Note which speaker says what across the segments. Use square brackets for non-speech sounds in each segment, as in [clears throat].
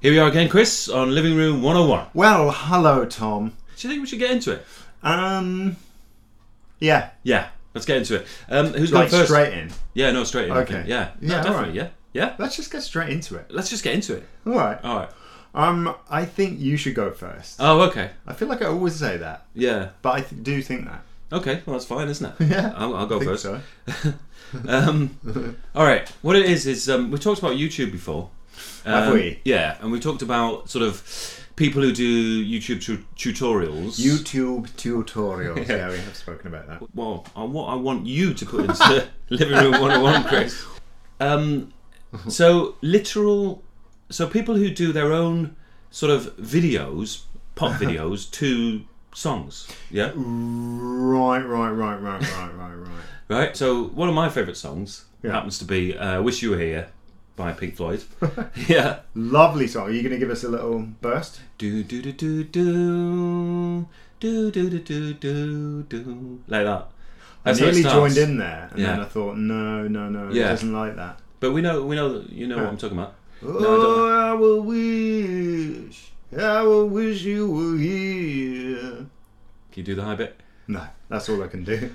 Speaker 1: Here we are again, Chris, on Living Room 101.
Speaker 2: Well, hello, Tom.
Speaker 1: Do you think we should get into it?
Speaker 2: Um, yeah,
Speaker 1: Yeah, let's get into it. Um, who's
Speaker 2: like
Speaker 1: going first?
Speaker 2: straight in.
Speaker 1: Yeah, no, straight in. I
Speaker 2: Okay.
Speaker 1: think. Yeah.
Speaker 2: Yeah,
Speaker 1: no,
Speaker 2: all
Speaker 1: definitely.
Speaker 2: right.
Speaker 1: Yeah. Yeah.
Speaker 2: Let's just get straight into it.
Speaker 1: Let's just get into it.
Speaker 2: All right.
Speaker 1: All right.
Speaker 2: Um, I think you should go first.
Speaker 1: Oh, okay.
Speaker 2: I feel like I always say that,
Speaker 1: Yeah.
Speaker 2: but I th- do think that.
Speaker 1: Okay. Well, that's fine, isn't it?
Speaker 2: [laughs] Yeah.
Speaker 1: I'll, I'll go
Speaker 2: I think
Speaker 1: first.
Speaker 2: so.
Speaker 1: Um, all right. What it is is um, we talked about YouTube before.
Speaker 2: Have
Speaker 1: Um,
Speaker 2: we?
Speaker 1: Yeah, and we talked about sort of people who do YouTube tu- tutorials.
Speaker 2: YouTube
Speaker 1: [laughs]
Speaker 2: tutorials. yeah, we have spoken about that.
Speaker 1: well, I, what I want you to put into [laughs] Living Room 101, Chris.
Speaker 2: [laughs]
Speaker 1: Um, so, literal. So, people who do their own sort of videos,
Speaker 2: [laughs]
Speaker 1: pop videos, to songs. Yeah?
Speaker 2: Mm. Right, right, right, right, right, right, right.
Speaker 1: Right? So, one of my favourite songs
Speaker 2: Yeah.
Speaker 1: happens to be uh, Wish You Were Here by Pink
Speaker 2: [laughs]
Speaker 1: Floyd. yeah.
Speaker 2: Lovely song. Are you going to give us a little burst?
Speaker 1: Do, do, do, do, do. Do, do, do, do, do, do. Like that.
Speaker 2: I
Speaker 1: That's how it
Speaker 2: nearly
Speaker 1: starts.
Speaker 2: joined in there, and then
Speaker 1: Yeah.
Speaker 2: I thought, no, no, no, it
Speaker 1: Yeah.
Speaker 2: doesn't like that.
Speaker 1: But we know, we know, you know what I'm talking about. I don't
Speaker 2: oh, I, will wish, I will wish you were here.
Speaker 1: Can you do the high bit?
Speaker 2: No, that's all I
Speaker 1: [laughs]
Speaker 2: can do.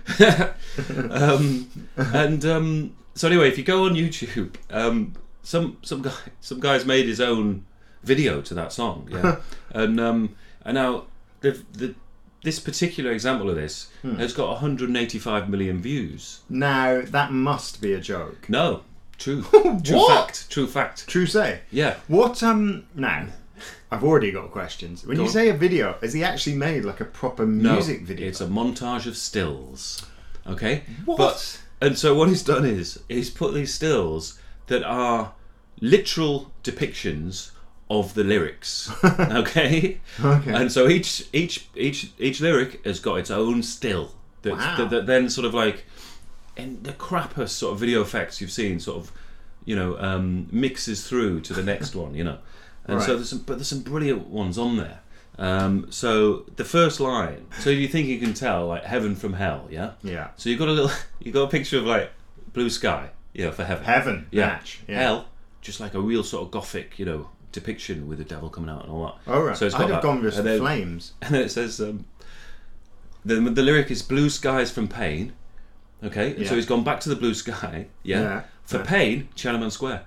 Speaker 1: um, and um, so anyway, if you go on YouTube, um, some some guy some guy's made his own video to that song, yeah. and um, and now the, the this particular example of this has got 185 million views.
Speaker 2: now that must be a joke.
Speaker 1: No, true, true
Speaker 2: What?
Speaker 1: fact, true fact.
Speaker 2: True say.
Speaker 1: Yeah,
Speaker 2: What um now? I've already got questions. When
Speaker 1: Go
Speaker 2: you
Speaker 1: on.
Speaker 2: say a video, has he actually made like a proper
Speaker 1: no,
Speaker 2: music video?
Speaker 1: It's a montage of stills. Okay,
Speaker 2: What?
Speaker 1: But, and so what he's done is he's put these stills that are literal depictions of the
Speaker 2: [laughs]
Speaker 1: lyrics. Okay.
Speaker 2: Okay.
Speaker 1: And so each each each each lyric has got its own still that
Speaker 2: Wow.
Speaker 1: that, that then sort of like and the crappiest sort of video effects you've seen sort of you know um, mixes through to the next one. You know. And so
Speaker 2: Right.
Speaker 1: there's some, but there's some brilliant ones on there. Um, so the first line. So you think you can tell like heaven from hell, yeah?
Speaker 2: yeah.
Speaker 1: So you got a little, [laughs] you got a picture of like blue sky, you know, for heaven.
Speaker 2: Heaven
Speaker 1: yeah.
Speaker 2: match. Yeah.
Speaker 1: Hell, just like a real sort of gothic, you know, depiction with the devil coming out and all that.
Speaker 2: All right.
Speaker 1: So it's got
Speaker 2: I'd have
Speaker 1: that.
Speaker 2: gone with
Speaker 1: and, then,
Speaker 2: flames.
Speaker 1: [laughs] and then it says, um, the the lyric is blue skies from pain. Okay, and so
Speaker 2: Yeah.
Speaker 1: he's gone back to the blue sky. Yeah.
Speaker 2: Yeah,
Speaker 1: For
Speaker 2: yeah.
Speaker 1: pain, Chinaman Square.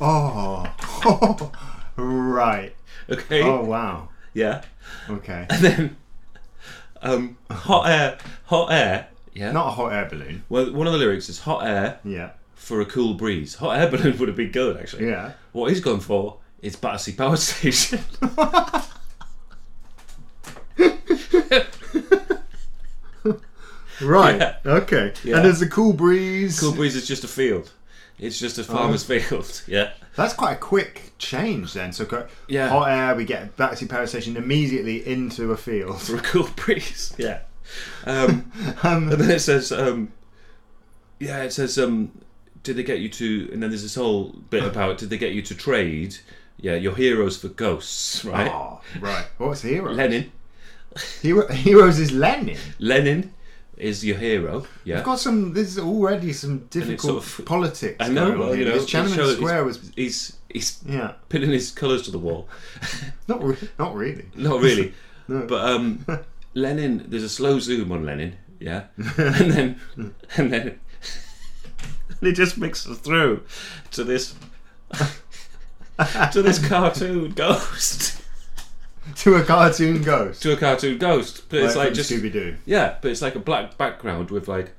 Speaker 2: Oh. [laughs] right.
Speaker 1: Okay.
Speaker 2: Oh wow.
Speaker 1: Yeah.
Speaker 2: Okay.
Speaker 1: And then, um, hot air, hot air. Yeah.
Speaker 2: Not a hot air balloon.
Speaker 1: well, one of the lyrics is hot air
Speaker 2: Yeah.
Speaker 1: for a cool breeze. Hot air [laughs] balloon would have been good actually.
Speaker 2: Yeah.
Speaker 1: What he's gone for is Battersea Power [laughs] Station.
Speaker 2: Right.
Speaker 1: Yeah.
Speaker 2: Okay.
Speaker 1: Yeah.
Speaker 2: And there's a cool breeze.
Speaker 1: cool Breeze is just a field. It's just
Speaker 2: Oh.
Speaker 1: a farmer's field. [laughs] Yeah.
Speaker 2: That's quite a quick change then. So co-
Speaker 1: Yeah.
Speaker 2: hot air, we get back to power station immediately into a field. [laughs]
Speaker 1: For a cool [laughs] breeze. Yeah. Um,
Speaker 2: Um,
Speaker 1: and then it says, um, yeah, it says, um, did they get you to, and then there's this whole bit about, did they get you to trade, yeah, your heroes for ghosts, right?
Speaker 2: oh, right. What's hero?
Speaker 1: Lenin.
Speaker 2: hero? Heroes is Lenin.
Speaker 1: Lenin is your hero. Yeah.
Speaker 2: I've got some. There's already some difficult
Speaker 1: sort of-
Speaker 2: politics.
Speaker 1: I know,
Speaker 2: going
Speaker 1: well,
Speaker 2: on
Speaker 1: you
Speaker 2: here.
Speaker 1: know,
Speaker 2: This
Speaker 1: it shows-
Speaker 2: Tiananmen Square was.
Speaker 1: He's, he's
Speaker 2: Yeah,
Speaker 1: pinning his colours to the wall. [laughs]
Speaker 2: not re- not really.
Speaker 1: Not [laughs] really. But [laughs] um, Lenin, there's a slow zoom on Lenin, [laughs] yeah, and then and then it just mixes through to this [laughs] to this cartoon ghost
Speaker 2: [laughs]
Speaker 1: [laughs]
Speaker 2: to a cartoon ghost.
Speaker 1: to a cartoon ghost, but it's like just
Speaker 2: Scooby Doo.
Speaker 1: yeah, but it's like a black background with like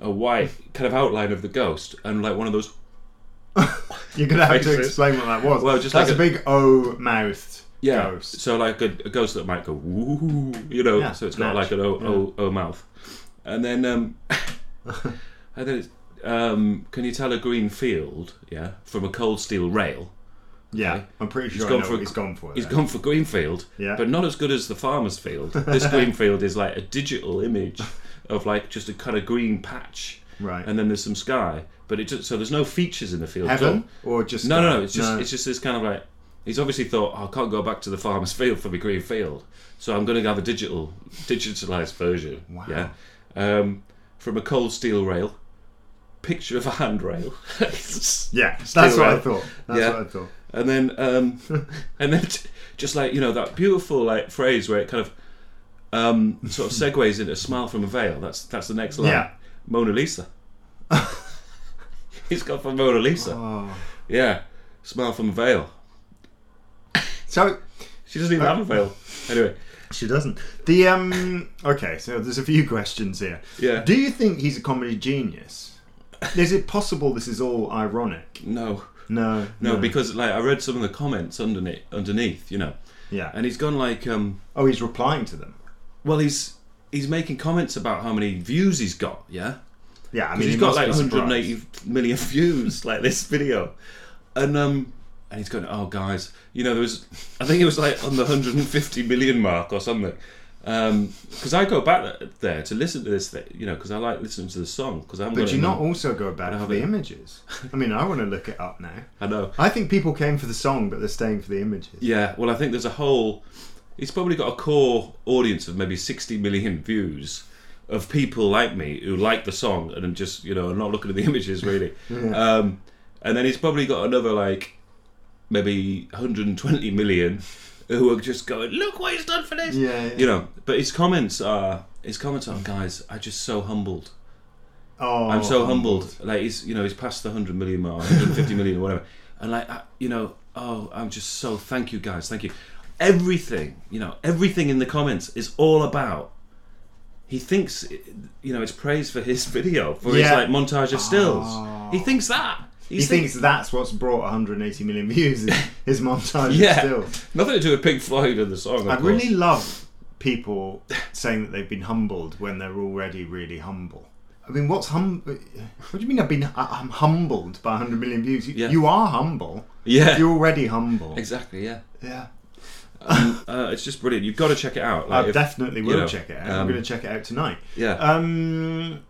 Speaker 1: a white kind of outline of the ghost and like one of those
Speaker 2: You're gonna have to
Speaker 1: Faces.
Speaker 2: explain what that was.
Speaker 1: Well, just
Speaker 2: that's
Speaker 1: like
Speaker 2: a, big O mouthed
Speaker 1: yeah,
Speaker 2: ghost.
Speaker 1: so like a, a ghost that might go woo, you know,
Speaker 2: Yeah,
Speaker 1: so it's got
Speaker 2: match.
Speaker 1: like an o, o, o mouth, and then um, [laughs] and then it's, um, can you tell a green field, yeah, from a cold steel rail?
Speaker 2: Yeah, I'm pretty sure
Speaker 1: gone
Speaker 2: I know
Speaker 1: for
Speaker 2: what
Speaker 1: a-
Speaker 2: he's gone for.
Speaker 1: He's
Speaker 2: there.
Speaker 1: gone for Greenfield,
Speaker 2: Yeah.
Speaker 1: but not as good as the farmer's field.
Speaker 2: [laughs]
Speaker 1: This Greenfield is like a digital image of like just a kind of green patch,
Speaker 2: Right.
Speaker 1: And then there's some sky, but it just so there's no features in the field. at all.
Speaker 2: Heaven or just
Speaker 1: No, no,
Speaker 2: sky?
Speaker 1: no. It's just it's just this kind of like he's obviously thought "Oh, I can't go back to the farmer's field for my green field, so I'm going to have a digital digitalized version.
Speaker 2: Wow.
Speaker 1: Yeah, um, from a cold steel rail, picture of a handrail.
Speaker 2: Yeah, [laughs]
Speaker 1: Steel
Speaker 2: that's what I
Speaker 1: rail.
Speaker 2: thought. That's
Speaker 1: Yeah.
Speaker 2: what I thought.
Speaker 1: and then um, [laughs] and then t- just like you know that beautiful like phrase where it kind of um, sort of segues into a smile from a veil. That's that's the next line.
Speaker 2: Yeah.
Speaker 1: Mona
Speaker 2: [laughs]
Speaker 1: Lisa. He's got for Mona Lisa.
Speaker 2: Oh.
Speaker 1: Yeah, smile from a veil.
Speaker 2: So
Speaker 1: She doesn't even have a veil. Anyway,
Speaker 2: she doesn't. The um. Okay, so there's a few questions here.
Speaker 1: yeah.
Speaker 2: Do you think he's a comedy genius? Is it possible this is all ironic?
Speaker 1: No,
Speaker 2: No.
Speaker 1: no, because like I read some of the comments underneath, underneath, you know,
Speaker 2: yeah.
Speaker 1: and he's gone like, um,
Speaker 2: Oh, he's replying to them.
Speaker 1: well, he's he's making comments about how many views he's got, yeah.
Speaker 2: Yeah, I
Speaker 1: Because
Speaker 2: mean,
Speaker 1: he's
Speaker 2: he
Speaker 1: got
Speaker 2: must
Speaker 1: like
Speaker 2: be surprised.
Speaker 1: 180 million views, like this video, and um, and he's going, oh guys, you know, there was, I think it was like on the 150 million mark or something, because I go back th- there to listen to this thing, you know, because I like listening to the song, because I haven't
Speaker 2: But
Speaker 1: got
Speaker 2: do you
Speaker 1: it in
Speaker 2: not
Speaker 1: my-
Speaker 2: also go back
Speaker 1: I
Speaker 2: for
Speaker 1: have
Speaker 2: the
Speaker 1: it.
Speaker 2: images? I mean, I want to look it up now.
Speaker 1: I know.
Speaker 2: I think people came for the song, but they're staying for the images.
Speaker 1: Yeah, well, I think there's a whole. He's probably got a core audience of maybe 60 million views of people like me who like the song and are just you know are not looking at the [laughs] images really. Um, and then he's probably got another like maybe 120 million who are just going, look what he's done for this.
Speaker 2: Yeah, yeah.
Speaker 1: You know, but his comments are his comments are, guys, I just so humbled.
Speaker 2: Oh,
Speaker 1: I'm so humbled. Like he's, you know, he's past the hundred million mark, 150 million or whatever. And like, I, you know, oh, I'm just so thank you guys, thank you. Everything, you know, everything in the comments is all about. He thinks, you know, it's praise for his [laughs] video, for his
Speaker 2: Yeah.
Speaker 1: like montage of stills.
Speaker 2: Oh.
Speaker 1: He thinks that.
Speaker 2: He thinks that's what's brought 180 million views.
Speaker 1: [laughs]
Speaker 2: Is his montage
Speaker 1: Yeah.
Speaker 2: still.
Speaker 1: nothing to do with Pink Floyd and the song. Of
Speaker 2: I
Speaker 1: course.
Speaker 2: really love people saying that they've been humbled when they're already really humble. I mean, what's hum? What do you mean? I've been I- I'm humbled by 100 million views. You,
Speaker 1: Yeah.
Speaker 2: you are
Speaker 1: [laughs]
Speaker 2: humble.
Speaker 1: yeah,
Speaker 2: You're already humble.
Speaker 1: exactly, yeah.
Speaker 2: Yeah,
Speaker 1: Um, uh, it's just brilliant. You've got to check it out. Like,
Speaker 2: I
Speaker 1: if-
Speaker 2: definitely will
Speaker 1: you know,
Speaker 2: check it out. I'm
Speaker 1: um,
Speaker 2: going to check it out tonight.
Speaker 1: yeah.
Speaker 2: Um,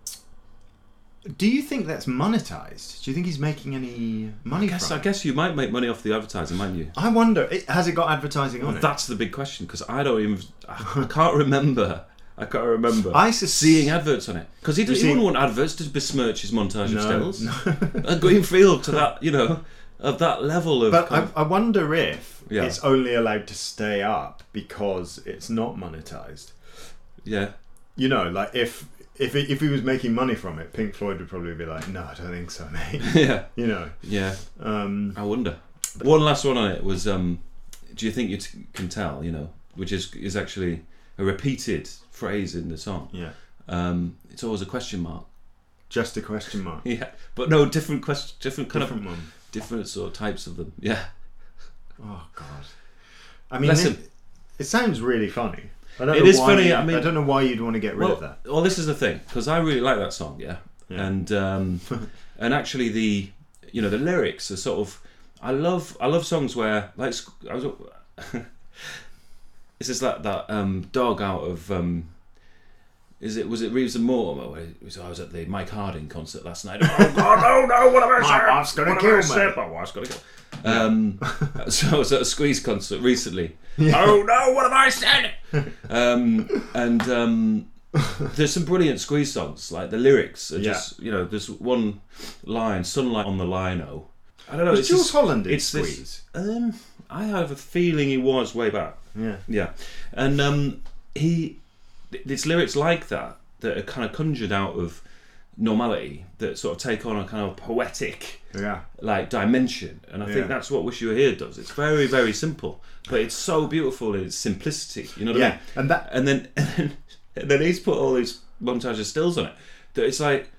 Speaker 2: do you think that's monetized? Do you think he's making any money
Speaker 1: I guess
Speaker 2: from
Speaker 1: I
Speaker 2: it?
Speaker 1: guess you might make money off the advertising, mightn't you?
Speaker 2: I wonder, it, has it got advertising on it?
Speaker 1: That's the big question because I don't even. I can't remember. I can't remember
Speaker 2: I sus-
Speaker 1: seeing adverts on it because he,
Speaker 2: You
Speaker 1: doesn't-
Speaker 2: see-
Speaker 1: he wouldn't want adverts to besmirch his montage of
Speaker 2: No,
Speaker 1: stills. [laughs] A Greenfield to that, you know, of that level of.
Speaker 2: But
Speaker 1: kind
Speaker 2: I, I wonder if
Speaker 1: Yeah.
Speaker 2: it's only allowed to stay up because it's not monetized.
Speaker 1: of- yeah, [laughs]
Speaker 2: You know, like if if it, if he was making money from it, Pink Floyd would probably be like, "No, I don't think so, [laughs] mate."
Speaker 1: yeah,
Speaker 2: you know,
Speaker 1: yeah.
Speaker 2: um,
Speaker 1: I wonder. One last one on it was. Um, do you think you t- can tell? You know, which is is actually a repeated phrase in the song.
Speaker 2: yeah,
Speaker 1: Um, it's always a question mark. [laughs]
Speaker 2: just a question mark.
Speaker 1: Yeah, but no different question, different kind
Speaker 2: Different one.
Speaker 1: of different sort of types of them. Yeah.
Speaker 2: Oh God, I mean,
Speaker 1: Bless
Speaker 2: it, it sounds really funny. I don't
Speaker 1: It
Speaker 2: know
Speaker 1: is
Speaker 2: why
Speaker 1: funny,
Speaker 2: you-
Speaker 1: I mean-
Speaker 2: I don't know why you'd want to get rid of that.
Speaker 1: well, this is the thing because I really like that song, yeah,
Speaker 2: Yeah.
Speaker 1: and
Speaker 2: [laughs]
Speaker 1: um, and actually the you know the lyrics are sort of I love I love songs where like sc- I was [laughs] this is like that um, dog out of um, is it was it Reeves and Mortimer? Where it was, I was at the Mike Harding concert last night. [laughs] Oh God, no, no, what have I
Speaker 2: My
Speaker 1: said?
Speaker 2: wife's gonna
Speaker 1: What have I
Speaker 2: kill me.
Speaker 1: said? My wife's gonna kill.
Speaker 2: [laughs]
Speaker 1: Um, [laughs] so I was at a Squeeze concert recently.
Speaker 2: Yeah.
Speaker 1: Oh no, what have I
Speaker 2: [laughs]
Speaker 1: said? um, and um, there's some brilliant squeeze songs. Like the lyrics are
Speaker 2: Yeah.
Speaker 1: just you know, there's one line, "Sunlight on the Lino." I don't know.
Speaker 2: Was
Speaker 1: it's
Speaker 2: Jules
Speaker 1: just-
Speaker 2: Holland in
Speaker 1: it's this-
Speaker 2: Squeeze?
Speaker 1: um, I have a feeling he was way back.
Speaker 2: Yeah.
Speaker 1: Yeah, and um, he, th- it's lyrics like that that are kind of conjured out of normality that sort of take on a kind of poetic
Speaker 2: Yeah.
Speaker 1: like dimension and i
Speaker 2: Yeah.
Speaker 1: think that's what wish you were here does it's very very simple but it's so beautiful in its simplicity you know what i mean
Speaker 2: Yeah. And that
Speaker 1: and then [laughs] and then, and then he's put all these montage of stills on it that it's like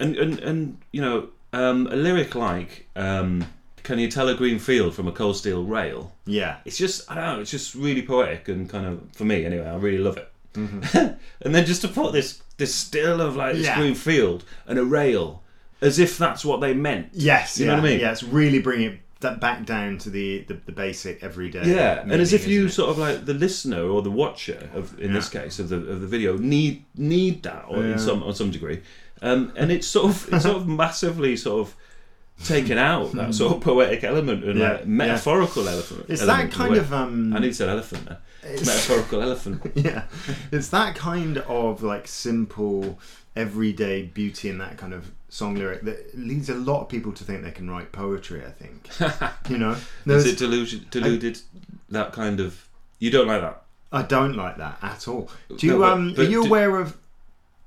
Speaker 1: and and, and you know um, a lyric like um, can you tell a green field from a cold steel rail
Speaker 2: yeah.
Speaker 1: it's just i don't know it's just really poetic and kind of for me anyway i really love it [laughs] and then just to put this this still of like this
Speaker 2: Mm-hmm. Yeah.
Speaker 1: green field and a rail as if that's what they meant
Speaker 2: Yes,
Speaker 1: You
Speaker 2: yeah,
Speaker 1: know what I mean?
Speaker 2: Yeah, it's really bringing it that back down to the the, the basic everyday.
Speaker 1: yeah and as
Speaker 2: meaning,
Speaker 1: if you
Speaker 2: isn't
Speaker 1: sort of like the listener or the watcher of in
Speaker 2: Yeah.
Speaker 1: this case of the of the video need need that or
Speaker 2: Yeah. [laughs]
Speaker 1: in some on some degree um, and it's sort of it's sort of massively sort of taken out that sort of poetic element and
Speaker 2: Hmm. Yeah,
Speaker 1: like metaphorical elephant.
Speaker 2: It's
Speaker 1: element
Speaker 2: that
Speaker 1: in a
Speaker 2: kind
Speaker 1: way.
Speaker 2: of um,
Speaker 1: I need said elephant. there.
Speaker 2: it's-
Speaker 1: Metaphorical elephant.
Speaker 2: yeah, it's that kind of like simple, everyday beauty and that kind of song lyric that leads a lot of people to think they can write poetry.
Speaker 1: [laughs]
Speaker 2: I think you know.
Speaker 1: Is
Speaker 2: [laughs] There's-
Speaker 1: it delusion, deluded? that kind of. You don't like that.
Speaker 2: I don't like that at all. Do you
Speaker 1: No, but-
Speaker 2: um?
Speaker 1: but
Speaker 2: are you
Speaker 1: do-
Speaker 2: aware of?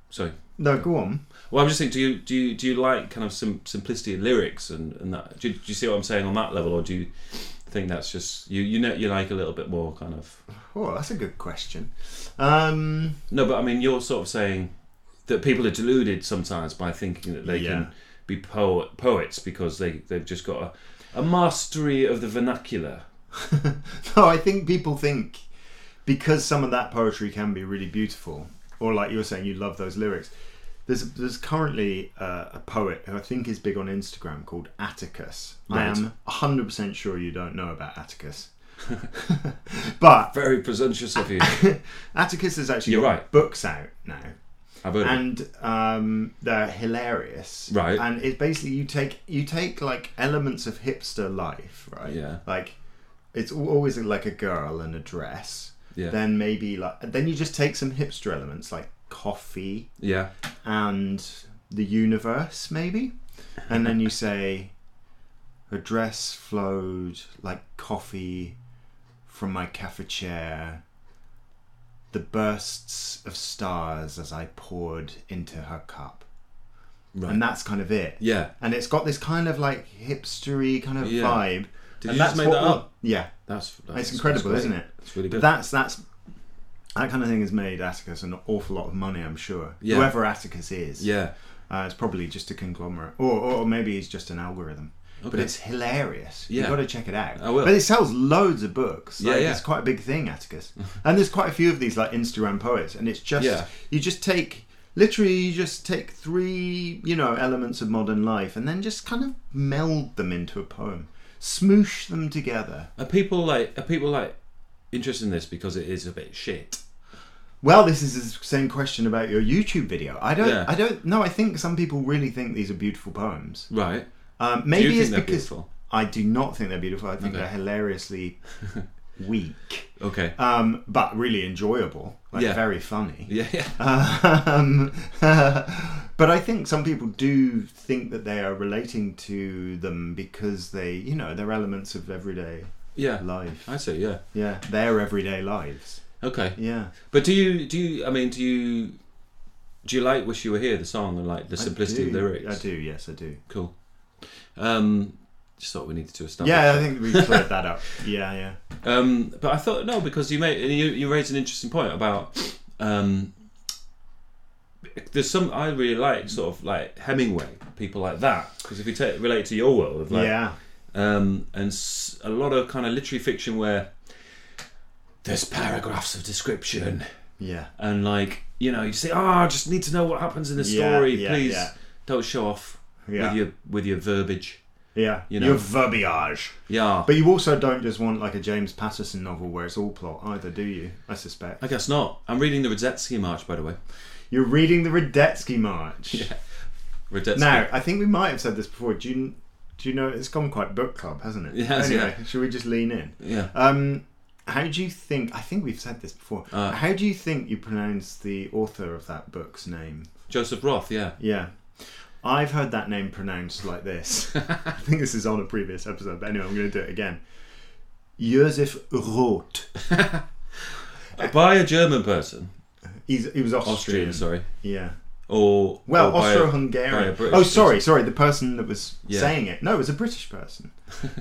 Speaker 1: Sorry.
Speaker 2: No, go on.
Speaker 1: Well, I'm just thinking. Do you do you, do you like kind of sim- simplicity in lyrics and, and that? Do you, do you see what I'm saying on that level, or do you think that's just you? You know, you like a little bit more kind of.
Speaker 2: Oh, that's a good question. Um,
Speaker 1: No, but I mean, you're sort of saying that people are deluded sometimes by thinking that they
Speaker 2: Yeah.
Speaker 1: can be poet, poets because they they've just got a, a mastery of the vernacular.
Speaker 2: [laughs] no, I think people think because some of that poetry can be really beautiful, or like you were saying, you love those lyrics. There's there's currently uh, a poet who I think is big on Instagram called Atticus. I
Speaker 1: Right.
Speaker 2: am 100% sure you don't know about Atticus. [laughs] but
Speaker 1: Very presumptuous of
Speaker 2: [laughs]
Speaker 1: you.
Speaker 2: Atticus has actually
Speaker 1: You're
Speaker 2: got
Speaker 1: right.
Speaker 2: books out now.
Speaker 1: I've heard. of it.
Speaker 2: and um, they're hilarious.
Speaker 1: Right.
Speaker 2: And it's basically you take you take like elements of hipster life, right?
Speaker 1: Yeah.
Speaker 2: Like it's al- always like a girl and a dress.
Speaker 1: Yeah.
Speaker 2: Then maybe like then you just take some hipster elements like coffee
Speaker 1: Yeah.
Speaker 2: and the universe maybe, and then
Speaker 1: [laughs]
Speaker 2: you say her dress flowed like coffee from my cafe chair the bursts of stars as I poured into her cup.
Speaker 1: Right.
Speaker 2: And that's kind of it.
Speaker 1: Yeah.
Speaker 2: And it's got this kind of like hipstery kind of
Speaker 1: Yeah.
Speaker 2: vibe.
Speaker 1: Did
Speaker 2: and
Speaker 1: you just make that
Speaker 2: we'll-
Speaker 1: up?
Speaker 2: Yeah.
Speaker 1: That's, that's
Speaker 2: It's incredible,
Speaker 1: that's
Speaker 2: isn't
Speaker 1: great.
Speaker 2: it?
Speaker 1: It's really
Speaker 2: But
Speaker 1: good.
Speaker 2: that's that's that kind of thing has made Atticus an awful lot of money, I'm sure.
Speaker 1: Yeah.
Speaker 2: Whoever Atticus is.
Speaker 1: yeah.
Speaker 2: Uh, it's probably just a conglomerate. Or, or maybe he's just an algorithm. But
Speaker 1: Okay.
Speaker 2: it's hilarious. You've
Speaker 1: Yeah.
Speaker 2: got to check it out.
Speaker 1: I will.
Speaker 2: But it sells loads of books.
Speaker 1: Yeah,
Speaker 2: Like,
Speaker 1: yeah.
Speaker 2: It's quite a big
Speaker 1: [laughs]
Speaker 2: thing, Atticus. and there's quite a few of these like Instagram poets, and it's just
Speaker 1: Yeah.
Speaker 2: you just take literally you just take three you know elements of modern life, and then just kind of meld them into a poem, smoosh them together.
Speaker 1: Are people like are people like interested in this because it is a bit shit?
Speaker 2: Well, this is the same question about your YouTube video. I don't.
Speaker 1: Yeah.
Speaker 2: I don't. No, I think some people really think these are beautiful poems.
Speaker 1: Right.
Speaker 2: Um,
Speaker 1: Do
Speaker 2: maybe
Speaker 1: you
Speaker 2: it's
Speaker 1: think they're
Speaker 2: because
Speaker 1: beautiful?
Speaker 2: I do not think they're beautiful. I think
Speaker 1: Okay.
Speaker 2: they're
Speaker 1: [laughs]
Speaker 2: hilariously weak,
Speaker 1: Okay.
Speaker 2: um, but really enjoyable. Like
Speaker 1: Yeah.
Speaker 2: very funny.
Speaker 1: yeah,
Speaker 2: [laughs]
Speaker 1: yeah.
Speaker 2: Um, but I think some people do think that they are relating to them because they, you know, they're elements of everyday
Speaker 1: Yeah.
Speaker 2: life.
Speaker 1: I see, yeah.
Speaker 2: Yeah, their everyday lives.
Speaker 1: Okay.
Speaker 2: Yeah.
Speaker 1: But do you do you I mean do you do you like Wish You Were Here, the song and like the
Speaker 2: I
Speaker 1: simplicity of
Speaker 2: do.
Speaker 1: lyrics?
Speaker 2: I do. Yes, I do.
Speaker 1: Cool. Um just thought we needed to establish.
Speaker 2: Yeah, I think we cleared that up. Yeah, yeah.
Speaker 1: Um, but I thought no, because you made you, you raised an interesting point about um, there's some I really like sort of like Hemingway, people like that. Because if you take relate to your world of like
Speaker 2: yeah.
Speaker 1: um, and s- a lot of kind of literary fiction where there's paragraphs of description
Speaker 2: Yeah.
Speaker 1: and like you know you say oh I just need to know what happens in the
Speaker 2: Yeah,
Speaker 1: story
Speaker 2: yeah,
Speaker 1: please
Speaker 2: yeah.
Speaker 1: don't show off
Speaker 2: Yeah.
Speaker 1: with your with your verbiage
Speaker 2: yeah.
Speaker 1: you know.
Speaker 2: Your verbiage.
Speaker 1: yeah
Speaker 2: But you also don't just want like a James Patterson novel where it's all plot either, do you? I suspect.
Speaker 1: I guess not I'm reading the Radzetsky March by the way
Speaker 2: You're reading the
Speaker 1: [laughs]
Speaker 2: Radetzky March.
Speaker 1: Radzetsky
Speaker 2: Now, I think we might have said this before. Do you, do you know it's gone quite book club, hasn't it?
Speaker 1: It has,
Speaker 2: anyway, should we just lean in?
Speaker 1: yeah
Speaker 2: Um, how do you think? I think we've said this before.
Speaker 1: Uh.
Speaker 2: how do you think you pronounce the author of that book's name?
Speaker 1: Joseph Roth, yeah.
Speaker 2: Yeah. I've heard that name pronounced
Speaker 1: [laughs]
Speaker 2: like this. I think this is on a previous episode, but anyway, I'm going to do it again. Josef Roth.
Speaker 1: By a German person.
Speaker 2: He's, he was Austrian.
Speaker 1: Austrian, sorry.
Speaker 2: Yeah.
Speaker 1: Or
Speaker 2: Well,
Speaker 1: or by a- by a
Speaker 2: Austro-Hungarian.
Speaker 1: British
Speaker 2: Oh, sorry, sorry. The person that was
Speaker 1: Yeah.
Speaker 2: saying it. No, it was a
Speaker 1: [laughs]
Speaker 2: British person.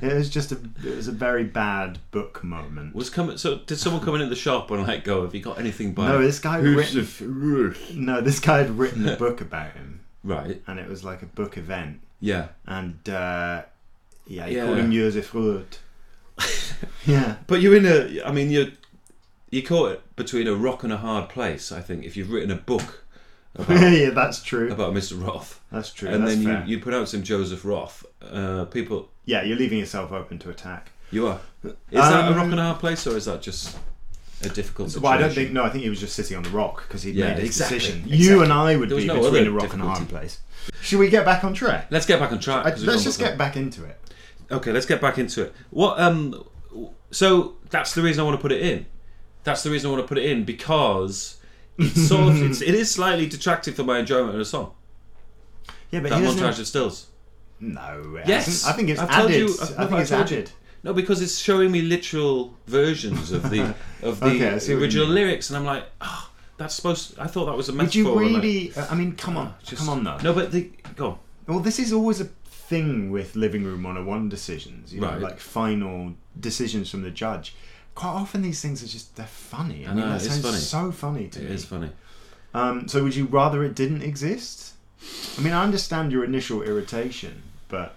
Speaker 2: it was just a. It was a very bad book moment.
Speaker 1: Was coming so did someone come in at the shop and like go, have you got anything by
Speaker 2: no, this guy had written.
Speaker 1: Roth.
Speaker 2: No, this guy had
Speaker 1: [laughs]
Speaker 2: written a book about him,
Speaker 1: Right.
Speaker 2: and it was like a book event,
Speaker 1: Yeah.
Speaker 2: and uh, yeah, he
Speaker 1: Yeah.
Speaker 2: called him
Speaker 1: [laughs]
Speaker 2: Josef Roth. yeah, [laughs]
Speaker 1: But you're in a I mean you're you caught it between a rock and a hard place, I think, if you've written a book
Speaker 2: [laughs]
Speaker 1: about
Speaker 2: yeah, that's true.
Speaker 1: about Mr. Roth.
Speaker 2: That's true.
Speaker 1: and
Speaker 2: that's
Speaker 1: then
Speaker 2: fair.
Speaker 1: you, you pronounce him Joseph Roth. Uh, people
Speaker 2: yeah, you're leaving yourself open to attack.
Speaker 1: you are. Is that a
Speaker 2: Um,
Speaker 1: rock and a hard place or is that just a difficult situation.
Speaker 2: Well, I don't think. No, I think he was just sitting on the rock because he'd
Speaker 1: Yeah,
Speaker 2: made his
Speaker 1: exactly,
Speaker 2: decision.
Speaker 1: exactly.
Speaker 2: You and I would
Speaker 1: There was
Speaker 2: be
Speaker 1: no
Speaker 2: between
Speaker 1: other
Speaker 2: a rock and a hard
Speaker 1: difficulty.
Speaker 2: place. Should we get back on track?
Speaker 1: Let's get back on track.
Speaker 2: I,
Speaker 1: 'cause we've
Speaker 2: let's
Speaker 1: gone
Speaker 2: just
Speaker 1: off
Speaker 2: get back into it.
Speaker 1: the- Okay, let's get back into it. What? Um. So that's the reason I want to put it in. That's the reason I want to put it in because it's sort of
Speaker 2: [laughs]
Speaker 1: it's, it is slightly detracting from my enjoyment of the song.
Speaker 2: Yeah, but
Speaker 1: That
Speaker 2: he doesn't.
Speaker 1: montage of stills.
Speaker 2: No. it
Speaker 1: Yes.
Speaker 2: hasn't. I think it's
Speaker 1: I've told
Speaker 2: added.
Speaker 1: you- I've-
Speaker 2: I think
Speaker 1: I've
Speaker 2: it's
Speaker 1: told you.
Speaker 2: added.
Speaker 1: No, because it's showing me literal versions of the
Speaker 2: [laughs]
Speaker 1: of the
Speaker 2: Okay, I see what you
Speaker 1: original
Speaker 2: mean.
Speaker 1: lyrics, and I'm like, oh, that's supposed. I thought that was a
Speaker 2: Would
Speaker 1: metaphor.
Speaker 2: you
Speaker 1: and, like,
Speaker 2: really? I mean, come on,
Speaker 1: just-
Speaker 2: come on, though.
Speaker 1: No, but the go on.
Speaker 2: Well, this is always a thing with living room 101 decisions, you
Speaker 1: Right.
Speaker 2: know, like final decisions from the judge. Quite often these things are just, they're funny. I,
Speaker 1: I
Speaker 2: mean,
Speaker 1: know,
Speaker 2: that
Speaker 1: it's
Speaker 2: sounds
Speaker 1: funny.
Speaker 2: so funny to
Speaker 1: It
Speaker 2: me.
Speaker 1: is funny.
Speaker 2: Um, so would you rather it didn't exist? I mean, I understand your initial irritation, but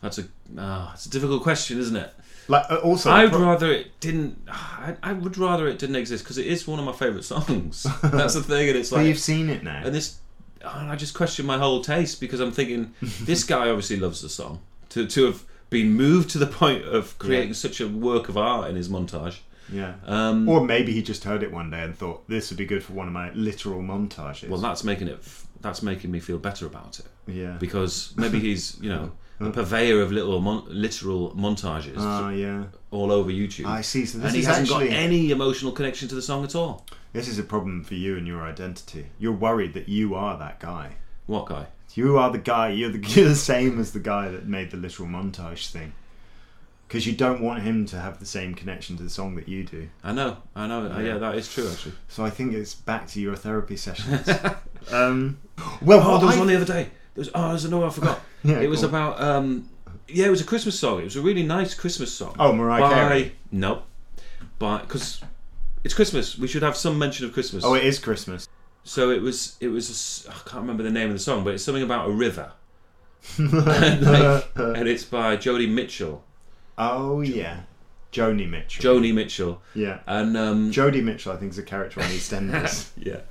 Speaker 1: That's a ah, it's a difficult question, isn't it?
Speaker 2: like uh, also,
Speaker 1: I'd
Speaker 2: pro-
Speaker 1: rather it didn't. ah, I, I would rather it didn't exist because it is one of my favourite
Speaker 2: [laughs]
Speaker 1: songs. That's the thing, and it's
Speaker 2: but
Speaker 1: like,
Speaker 2: you've seen it now.
Speaker 1: and this, and I just question my whole taste because I'm
Speaker 2: [laughs]
Speaker 1: thinking this guy obviously loves the song to to have been moved to the point of creating such a work of art in his montage.
Speaker 2: yeah.
Speaker 1: Um,
Speaker 2: Or maybe he just heard it one day and thought this would be good for one of my literal montages.
Speaker 1: well, that's making it. f- That's making me feel better about it
Speaker 2: yeah.
Speaker 1: because
Speaker 2: [laughs]
Speaker 1: maybe he's you know a purveyor of little mon- literal montages
Speaker 2: Ah, yeah.
Speaker 1: all over YouTube.
Speaker 2: I see. So this
Speaker 1: and he
Speaker 2: is
Speaker 1: hasn't
Speaker 2: actually
Speaker 1: got any emotional connection to the song at all.
Speaker 2: This is a problem for you and your identity. You're worried that you are that guy.
Speaker 1: What guy?
Speaker 2: You are the guy. You're the, [laughs] you're the same as the guy that made the literal montage thing. Because you don't want him to have the same connection to the song that you do.
Speaker 1: I know, I know. Yeah,
Speaker 2: Yeah.
Speaker 1: that is true actually.
Speaker 2: So I think it's back to your therapy
Speaker 1: [laughs]
Speaker 2: sessions. um, well,
Speaker 1: Oh,
Speaker 2: what
Speaker 1: there was
Speaker 2: I-
Speaker 1: one the other day. There was, oh, there's another I forgot.
Speaker 2: [laughs] Yeah,
Speaker 1: it was
Speaker 2: go on.
Speaker 1: about um, yeah, it was a Christmas song. It was a really nice Christmas song.
Speaker 2: Oh, Mariah Carey.
Speaker 1: by, No, by because it's Christmas. We should have some mention of Christmas.
Speaker 2: Oh, it is Christmas.
Speaker 1: so it was. It was. a s- I can't remember the name of the song, but it's something about a river. and, like, and it's by Jody Mitchell,
Speaker 2: Oh, yeah. Joni Mitchell.
Speaker 1: Joni Mitchell,
Speaker 2: yeah.
Speaker 1: and um,
Speaker 2: Jodie Mitchell, I think, is a
Speaker 1: [laughs]
Speaker 2: character on EastEnders. [laughs]
Speaker 1: yeah,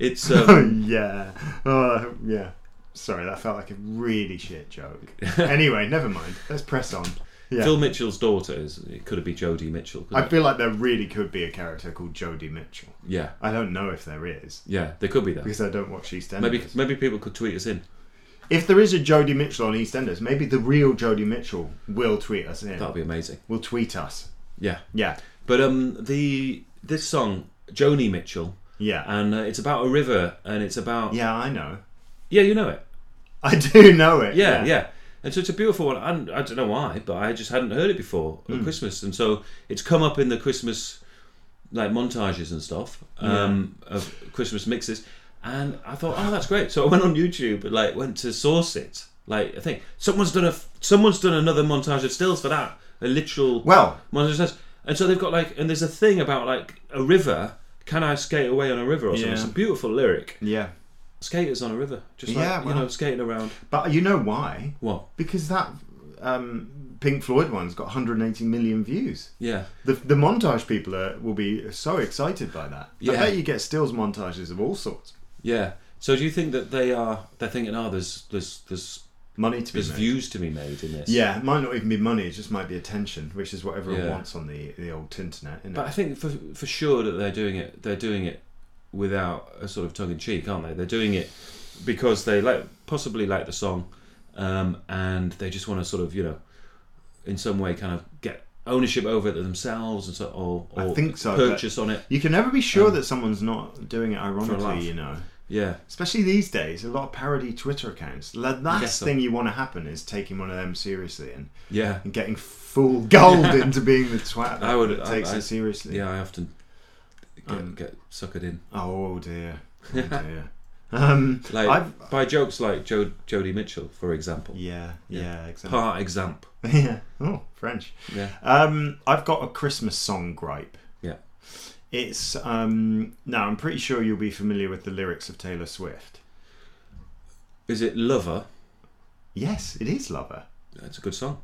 Speaker 1: it's um,
Speaker 2: Oh yeah. Oh yeah. Sorry, that felt like a really shit
Speaker 1: [laughs]
Speaker 2: joke. anyway, never mind. Let's press on. Yeah.
Speaker 1: Phil Mitchell's daughter. Is, it could have been Jody Mitchell. couldn't
Speaker 2: I
Speaker 1: it?
Speaker 2: feel like there really could be a character called Jodie Mitchell.
Speaker 1: Yeah,
Speaker 2: I don't know if there is
Speaker 1: yeah, there could be that.
Speaker 2: because I don't watch EastEnders.
Speaker 1: Maybe maybe people could tweet us in.
Speaker 2: if there is a Jodie Mitchell on EastEnders, maybe the real Jodie Mitchell will tweet us in.
Speaker 1: That'd be amazing.
Speaker 2: Will tweet us.
Speaker 1: Yeah,
Speaker 2: Yeah.
Speaker 1: but um, the this song Joni Mitchell,
Speaker 2: Yeah.
Speaker 1: and uh, it's about a river, and it's about yeah,
Speaker 2: yeah, I know. [laughs]
Speaker 1: you know it,
Speaker 2: I do know it.
Speaker 1: yeah, yeah. And so it's a beautiful one, and I don't know why, but I just hadn't heard it before
Speaker 2: Hmm.
Speaker 1: at Christmas, and so it's come up in the Christmas like montages and stuff um, of Christmas mixes, and I thought, oh, that's great. So I went on YouTube and like went to source it, like I think someone's done a someone's done another montage of stills for that, a literal
Speaker 2: Well,
Speaker 1: Monsters Nest. And so they've got like, and there's a thing about like a river. Can I skate away on a river or something?
Speaker 2: Yeah.
Speaker 1: It's a beautiful lyric.
Speaker 2: yeah.
Speaker 1: Skaters on a river, just like
Speaker 2: Yeah,
Speaker 1: you
Speaker 2: well.
Speaker 1: know, skating around.
Speaker 2: But you know why?
Speaker 1: What?
Speaker 2: Because that um, Pink Floyd one's got 180 million views.
Speaker 1: Yeah,
Speaker 2: The, the montage people are, will be so excited by that.
Speaker 1: Yeah.
Speaker 2: I bet you get stills montages of all sorts.
Speaker 1: yeah. So do you think that they are? They're thinking, oh, there's there's there's
Speaker 2: Money to be
Speaker 1: there's
Speaker 2: made.
Speaker 1: views to be made in this.
Speaker 2: Yeah, it might not even be money. It just might be attention, which is what everyone
Speaker 1: Yeah.
Speaker 2: wants on the the old internet. Isn't
Speaker 1: But I think for for sure that they're doing it. They're doing it without a sort of tongue in cheek, aren't they? They're doing it because they like possibly like the song, um, and they just want to sort of you know, in some way, kind of get ownership over it themselves and so or,
Speaker 2: I
Speaker 1: or
Speaker 2: think so,
Speaker 1: purchase on it.
Speaker 2: you can never be sure
Speaker 1: Um,
Speaker 2: that someone's not doing it
Speaker 1: laugh.
Speaker 2: ironically. You know,
Speaker 1: Yeah,
Speaker 2: especially these days, a lot of parody Twitter accounts. The
Speaker 1: guess
Speaker 2: last
Speaker 1: so.
Speaker 2: thing you want to happen is taking one of them seriously and,
Speaker 1: yeah,
Speaker 2: and getting full gold into being the twat.
Speaker 1: [laughs] I would-
Speaker 2: that takes
Speaker 1: I- I-
Speaker 2: it seriously.
Speaker 1: yeah. I often get,
Speaker 2: Um,
Speaker 1: get suckered in [laughs]
Speaker 2: Oh dear. Oh dear. um,
Speaker 1: like
Speaker 2: I've.
Speaker 1: by jokes like jo- Jodie Mitchell, for example.
Speaker 2: Yeah,
Speaker 1: Yeah.
Speaker 2: yeah, exactly.
Speaker 1: Part example.
Speaker 2: [laughs] Yeah. Oh, French.
Speaker 1: Yeah.
Speaker 2: Um, I've got a Christmas song gripe.
Speaker 1: Yeah.
Speaker 2: It's um now I'm pretty sure you'll be familiar with the lyrics of Taylor Swift.
Speaker 1: Is it Lover?
Speaker 2: Yes, it is Lover.
Speaker 1: That's a good song.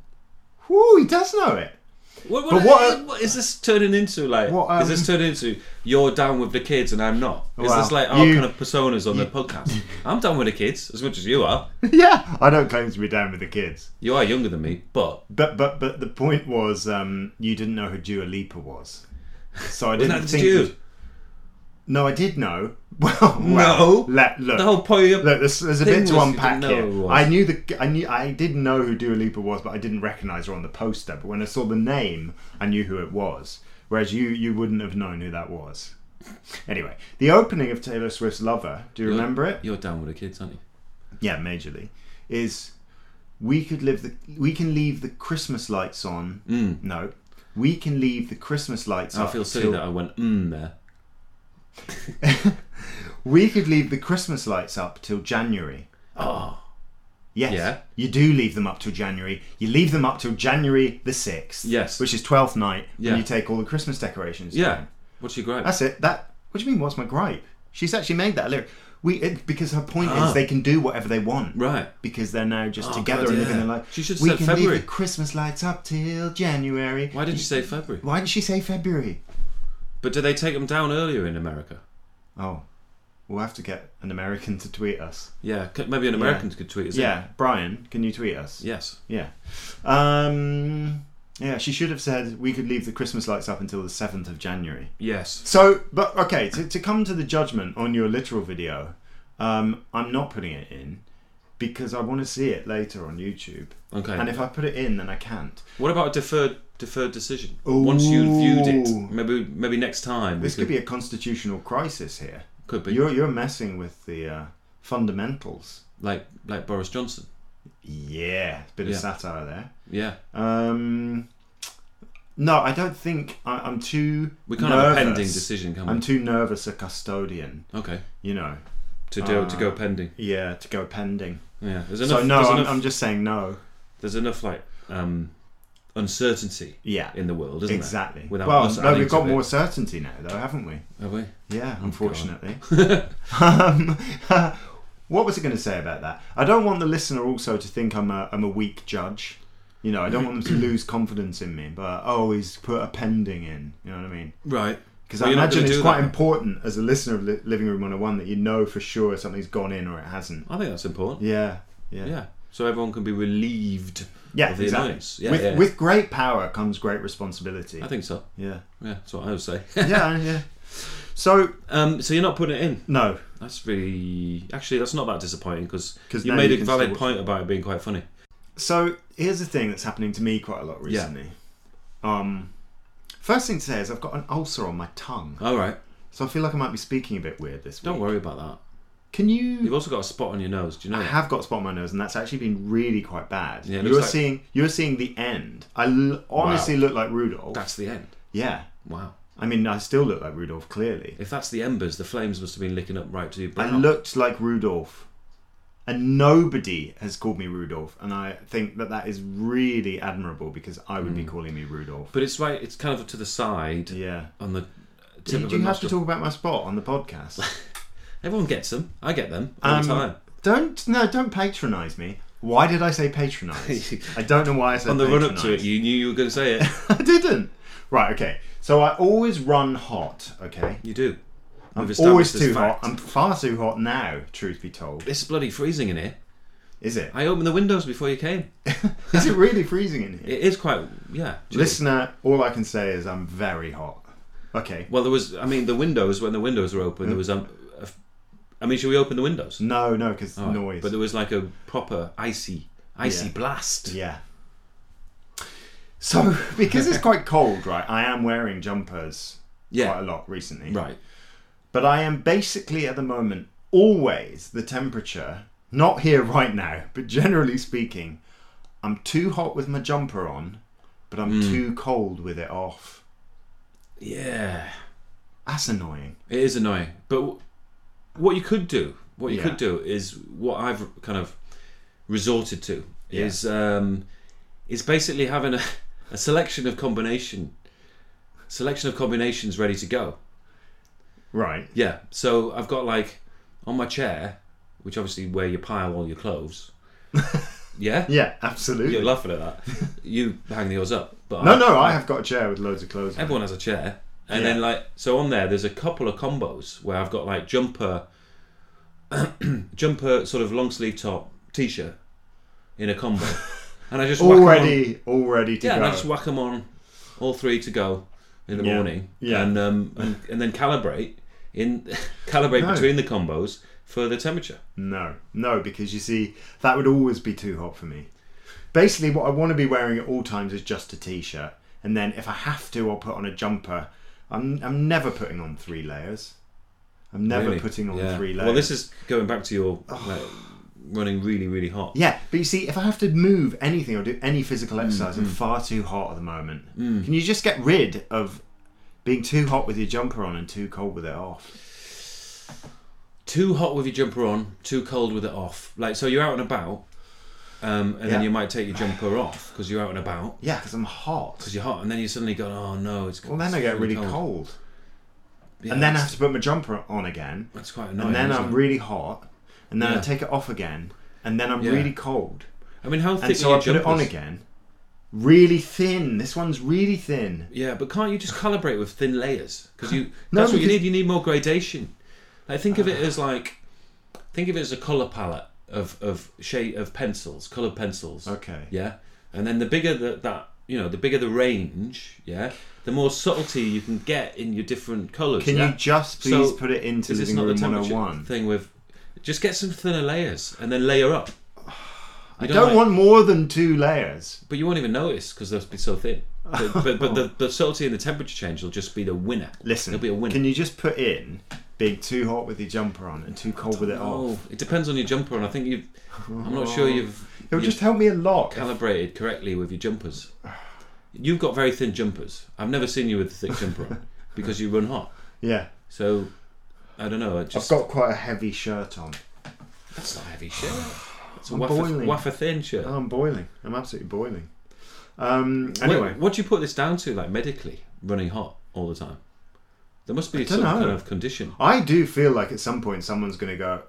Speaker 2: Whoo, he does know it. [laughs]
Speaker 1: What, what,
Speaker 2: But what- uh,
Speaker 1: what is this turning into? Like,
Speaker 2: What, um,
Speaker 1: is this turning into you're down with the kids and I'm not? Is
Speaker 2: Wow.
Speaker 1: this like our
Speaker 2: You-
Speaker 1: kind of personas on the podcast? I'm down with the kids as much as you are.
Speaker 2: yeah, I don't claim to be down with the kids.
Speaker 1: You are younger than me, but
Speaker 2: But but but the point was um you didn't know who Dua Lipa was. So I
Speaker 1: Wasn't
Speaker 2: didn't
Speaker 1: that
Speaker 2: think.
Speaker 1: you?
Speaker 2: No, I did know. [laughs] Well,
Speaker 1: No.
Speaker 2: well, Let look.
Speaker 1: The whole point of
Speaker 2: Look, there's, there's a
Speaker 1: thing
Speaker 2: bit to
Speaker 1: was you
Speaker 2: unpack
Speaker 1: didn't know who it
Speaker 2: here.
Speaker 1: was.
Speaker 2: I knew the, I knew, I didn't know who Dua Lipa was, but I didn't recognize her on the poster. But when I saw the name, I knew who it was. Whereas you, you wouldn't have known who that was. Anyway, the opening of Taylor Swift's "Lover," do you remember it?
Speaker 1: You're down with the kids, aren't you?
Speaker 2: Yeah, majorly. Is we could live the, we can leave the Christmas lights on.
Speaker 1: Mm.
Speaker 2: No, we can leave the Christmas lights.
Speaker 1: I
Speaker 2: up
Speaker 1: feel silly
Speaker 2: till-
Speaker 1: that I went mm there.
Speaker 2: We could leave the Christmas lights up till January.
Speaker 1: Oh,
Speaker 2: Yes.
Speaker 1: Yeah.
Speaker 2: You do leave them up till January. You leave them up till January the 6th.
Speaker 1: Yes.
Speaker 2: Which is 12th night
Speaker 1: Yeah.
Speaker 2: when you take all the Christmas decorations
Speaker 1: yeah.
Speaker 2: down.
Speaker 1: What's your gripe?
Speaker 2: That's it. That What do you mean what's my gripe? She's actually made that lyric. We it, because her point
Speaker 1: Ah.
Speaker 2: is they can do whatever they want.
Speaker 1: right.
Speaker 2: Because they're now just
Speaker 1: Oh,
Speaker 2: together
Speaker 1: God,
Speaker 2: and
Speaker 1: yeah.
Speaker 2: living their life.
Speaker 1: She should have
Speaker 2: we
Speaker 1: said
Speaker 2: can
Speaker 1: February.
Speaker 2: leave the Christmas lights up till January.
Speaker 1: Why did you say February?
Speaker 2: Why did she say February?
Speaker 1: But do they take them down earlier in America?
Speaker 2: Oh. We'll have to get an American to tweet us.
Speaker 1: Yeah, c- maybe an American could tweet us. in.
Speaker 2: yeah. Brian, can you tweet us?
Speaker 1: Yes.
Speaker 2: Yeah. Um, yeah, she should have said we could leave the Christmas lights up until the 7th of January.
Speaker 1: Yes.
Speaker 2: So, but okay, to, to come to the judgment on your literal video, um, I'm not putting it in because I want to see it later on YouTube.
Speaker 1: Okay.
Speaker 2: And if I put it in, then I can't.
Speaker 1: what about a deferred deferred decision? Once you viewed
Speaker 2: Ooh.
Speaker 1: it, maybe maybe next time.
Speaker 2: This could be a constitutional crisis here.
Speaker 1: Could be.
Speaker 2: You're, you're messing with the uh, fundamentals.
Speaker 1: like like Boris Johnson.
Speaker 2: Yeah, bit
Speaker 1: Yeah.
Speaker 2: of satire there.
Speaker 1: Yeah.
Speaker 2: Um, no, I don't think I, I'm too.
Speaker 1: We can't
Speaker 2: nervous.
Speaker 1: have a pending decision, can we?
Speaker 2: I'm too nervous a custodian,
Speaker 1: okay.
Speaker 2: you know.
Speaker 1: To do to go
Speaker 2: Uh,
Speaker 1: pending.
Speaker 2: Yeah, to go pending.
Speaker 1: Yeah. There's enough.
Speaker 2: so no,
Speaker 1: there's,
Speaker 2: I'm,
Speaker 1: enough
Speaker 2: I'm just saying no.
Speaker 1: there's enough like um, uncertainty
Speaker 2: Yeah,
Speaker 1: in the world, isn't
Speaker 2: exactly.
Speaker 1: there? Without
Speaker 2: well,
Speaker 1: us
Speaker 2: no,
Speaker 1: adding
Speaker 2: we've
Speaker 1: to
Speaker 2: got
Speaker 1: it.
Speaker 2: more certainty now, though, haven't we?
Speaker 1: Have we?
Speaker 2: Yeah, unfortunately.
Speaker 1: Oh, God.
Speaker 2: [laughs]
Speaker 1: [laughs]
Speaker 2: um, what was I going to say about that? I don't want the listener also to think I'm a I'm a weak judge. You know, I don't want
Speaker 1: [clears throat]
Speaker 2: them to lose confidence in me. But oh, he's put a pending in. You know what I mean?
Speaker 1: Right.
Speaker 2: Because
Speaker 1: Well,
Speaker 2: I
Speaker 1: you're not
Speaker 2: imagine
Speaker 1: gonna
Speaker 2: it's
Speaker 1: do
Speaker 2: quite
Speaker 1: that.
Speaker 2: important as a listener of Li- Living Room 101 that you know for sure something's gone in or it hasn't.
Speaker 1: I think that's important.
Speaker 2: Yeah,
Speaker 1: Yeah.
Speaker 2: yeah, yeah,
Speaker 1: So everyone can be relieved of the
Speaker 2: exactly.
Speaker 1: annoyance. Yeah,
Speaker 2: with,
Speaker 1: yeah.
Speaker 2: with great power comes great responsibility.
Speaker 1: I think so. [laughs]
Speaker 2: Yeah,
Speaker 1: Yeah, that's what I would say. [laughs]
Speaker 2: yeah, yeah. So
Speaker 1: um, so you're not putting it in.
Speaker 2: no,
Speaker 1: That's really actually that's not that disappointing because
Speaker 2: 'Cause
Speaker 1: you
Speaker 2: now
Speaker 1: made
Speaker 2: you
Speaker 1: a
Speaker 2: can
Speaker 1: valid
Speaker 2: still watch
Speaker 1: point about it being quite funny.
Speaker 2: so here's the thing that's happening to me quite a lot
Speaker 1: Yeah.
Speaker 2: recently. Um, first thing to say is I've got an ulcer on my tongue,
Speaker 1: All right,
Speaker 2: so I feel like I might be speaking a bit weird this
Speaker 1: don't
Speaker 2: week.
Speaker 1: worry about that.
Speaker 2: Can you?
Speaker 1: You've also got a spot on your nose. Do you know?
Speaker 2: I
Speaker 1: that?
Speaker 2: have got a spot on my nose, and that's actually been really quite bad.
Speaker 1: Yeah, it looks
Speaker 2: you're
Speaker 1: like-
Speaker 2: seeing you're seeing the end. I l- honestly look like Rudolph.
Speaker 1: That's the end.
Speaker 2: yeah,
Speaker 1: Wow.
Speaker 2: I mean, I still look like Rudolph. Clearly,
Speaker 1: If that's the embers, the flames must have been licking up right to your brow.
Speaker 2: I looked like Rudolph, and nobody has called me Rudolph, and I think that that is really admirable because I would be calling me Rudolph.
Speaker 1: Hmm. but it's right. It's kind of to the side
Speaker 2: Yeah.
Speaker 1: on the
Speaker 2: Do
Speaker 1: tip
Speaker 2: you
Speaker 1: of the
Speaker 2: do you have to
Speaker 1: nostril.
Speaker 2: talk about my spot on the podcast?
Speaker 1: [laughs] Everyone gets them. I get them all the
Speaker 2: Um,
Speaker 1: time.
Speaker 2: don't no, don't patronise me. Why did I say patronise? I don't know why I said
Speaker 1: [laughs] On the run up to
Speaker 2: patronise.
Speaker 1: it, you knew you were going to say it.
Speaker 2: [laughs] I didn't. Right, okay. So I always run hot, okay?
Speaker 1: You do.
Speaker 2: I'm
Speaker 1: We've established
Speaker 2: always
Speaker 1: this
Speaker 2: too
Speaker 1: fact.
Speaker 2: hot. I'm far too hot now, truth be told.
Speaker 1: It's bloody freezing in here.
Speaker 2: Is it? [laughs]
Speaker 1: I opened the windows before you came.
Speaker 2: Is it really freezing
Speaker 1: [laughs]
Speaker 2: in here?
Speaker 1: It is quite, yeah. chilly.
Speaker 2: Listener, all I can say is I'm very hot. Okay.
Speaker 1: Well, there was. I mean, the windows when the windows were open,
Speaker 2: Hmm.
Speaker 1: there was. Um, a f- I mean, should we open the windows?
Speaker 2: No, no, because
Speaker 1: All right.
Speaker 2: noise.
Speaker 1: But there was like a proper icy, icy
Speaker 2: Yeah.
Speaker 1: blast.
Speaker 2: yeah. So, [laughs] because it's quite cold, right? I am wearing jumpers
Speaker 1: Yeah.
Speaker 2: quite a lot recently.
Speaker 1: Right.
Speaker 2: But I am basically at the moment always the temperature, not here right now, but generally speaking, I'm too hot with my jumper on, but
Speaker 1: Hmm.
Speaker 2: I'm too cold with it off.
Speaker 1: Yeah.
Speaker 2: That's annoying.
Speaker 1: It is annoying. But w- what you could do, what you
Speaker 2: Yeah.
Speaker 1: could do, is what I've kind of resorted to
Speaker 2: Yeah.
Speaker 1: is um, is basically having a, [laughs] a selection of combination, selection of combinations ready to go.
Speaker 2: Right.
Speaker 1: Yeah. So I've got like on my chair, which obviously where you pile all your
Speaker 2: [laughs]
Speaker 1: clothes. yeah.
Speaker 2: Yeah, absolutely.
Speaker 1: You're laughing at
Speaker 2: [laughs]
Speaker 1: that. You hang yours up, but
Speaker 2: no,
Speaker 1: I-
Speaker 2: no, I have got a chair with loads of clothes on.
Speaker 1: Everyone has a chair, and
Speaker 2: Yeah.
Speaker 1: then like so on there. There's a couple of combos where I've got like jumper, [clears throat] jumper sort of long sleeve top, t-shirt, in a combo,
Speaker 2: [laughs]
Speaker 1: and I just whack 'em on.
Speaker 2: Already, already to
Speaker 1: yeah, and I
Speaker 2: go.
Speaker 1: just whack them on, all three to go, in the
Speaker 2: Yeah.
Speaker 1: morning,
Speaker 2: Yeah.
Speaker 1: and um, and, and then calibrate in [laughs] calibrate
Speaker 2: No.
Speaker 1: between the combos for the temperature.
Speaker 2: No, no, because you see, that would always be too hot for me. Basically, what I want to be wearing at all times is just a t-shirt, and then if I have to, I'll put on a jumper. I'm I'm never putting on three layers. I'm never
Speaker 1: Really.
Speaker 2: putting on
Speaker 1: Yeah.
Speaker 2: three layers. Oh.
Speaker 1: Well, this is going back to your like, running really really hot.
Speaker 2: yeah, but you see, if I have to move anything or do any physical
Speaker 1: Mm,
Speaker 2: exercise, I'm far too hot at the moment. Can you just get rid of being too hot with your jumper on and too cold with it off?
Speaker 1: Too hot with your jumper on, too cold with it off. Like so, you're out and about, um, and
Speaker 2: Yeah.
Speaker 1: then you might take your jumper off because you're out and about
Speaker 2: Yeah, because I'm hot.
Speaker 1: because you're hot, and then you suddenly go, oh no, it's
Speaker 2: Well, then
Speaker 1: it's
Speaker 2: I get
Speaker 1: really
Speaker 2: really cold,
Speaker 1: Yeah,
Speaker 2: and then I
Speaker 1: that's,
Speaker 2: have to put my jumper on again.
Speaker 1: that's quite annoying.
Speaker 2: and then
Speaker 1: isn't
Speaker 2: I'm
Speaker 1: it?
Speaker 2: really hot, and then I
Speaker 1: Yeah.
Speaker 2: take it off again, and then I'm
Speaker 1: Yeah.
Speaker 2: really cold,
Speaker 1: I mean, how thick
Speaker 2: and so I
Speaker 1: are
Speaker 2: put
Speaker 1: your
Speaker 2: it on
Speaker 1: jumpers?
Speaker 2: again. Really thin. This one's really thin.
Speaker 1: Yeah, but can't you just calibrate with thin layers? Because you
Speaker 2: [laughs] No,
Speaker 1: that's what you
Speaker 2: because- Ah.
Speaker 1: need. You need more gradation. Like think of it as like think of it as a color palette of of shade of pencils, colored pencils.
Speaker 2: Okay.
Speaker 1: Yeah, and then the bigger the, that you know, the bigger the range. Yeah, the more subtlety you can get in your different colors.
Speaker 2: Can
Speaker 1: yeah?
Speaker 2: you just
Speaker 1: So,
Speaker 2: please put it into
Speaker 1: Is this
Speaker 2: Living
Speaker 1: not the
Speaker 2: Room
Speaker 1: temperature
Speaker 2: 101?
Speaker 1: thing with? Just get some thinner layers and then layer
Speaker 2: [sighs]
Speaker 1: up.
Speaker 2: I
Speaker 1: You
Speaker 2: don't
Speaker 1: like-
Speaker 2: want more than two layers.
Speaker 1: but you won't even notice because they'll be so thin.
Speaker 2: [laughs]
Speaker 1: But but, but the, the subtlety and the temperature change will just be the winner.
Speaker 2: Oh. Listen,
Speaker 1: it'll be a winner.
Speaker 2: can you just put in being too hot with your jumper on and too cold with it
Speaker 1: Oh,
Speaker 2: off?
Speaker 1: it depends on your jumper, and I think you've. I'm not sure you've
Speaker 2: Oh. It would
Speaker 1: you've
Speaker 2: just help me a lot.
Speaker 1: calibrated correctly with your
Speaker 2: [sighs]
Speaker 1: jumpers. You've got very thin jumpers. I've never seen you with a thick jumper
Speaker 2: [laughs]
Speaker 1: on because you run hot.
Speaker 2: yeah,
Speaker 1: So I don't know. I
Speaker 2: I've
Speaker 1: just
Speaker 2: got quite a heavy shirt on.
Speaker 1: that's not heavy shit.
Speaker 2: [sighs]
Speaker 1: It's a
Speaker 2: I'm
Speaker 1: wafer,
Speaker 2: boiling.
Speaker 1: wafer thin shirt.
Speaker 2: Oh, I'm boiling. I'm absolutely boiling. Um,
Speaker 1: What-
Speaker 2: anyway,
Speaker 1: what, do you put this down to? Like medically, running hot all the time. There must be
Speaker 2: don't
Speaker 1: some
Speaker 2: know.
Speaker 1: kind of condition.
Speaker 2: I do feel like at some point someone's going to go,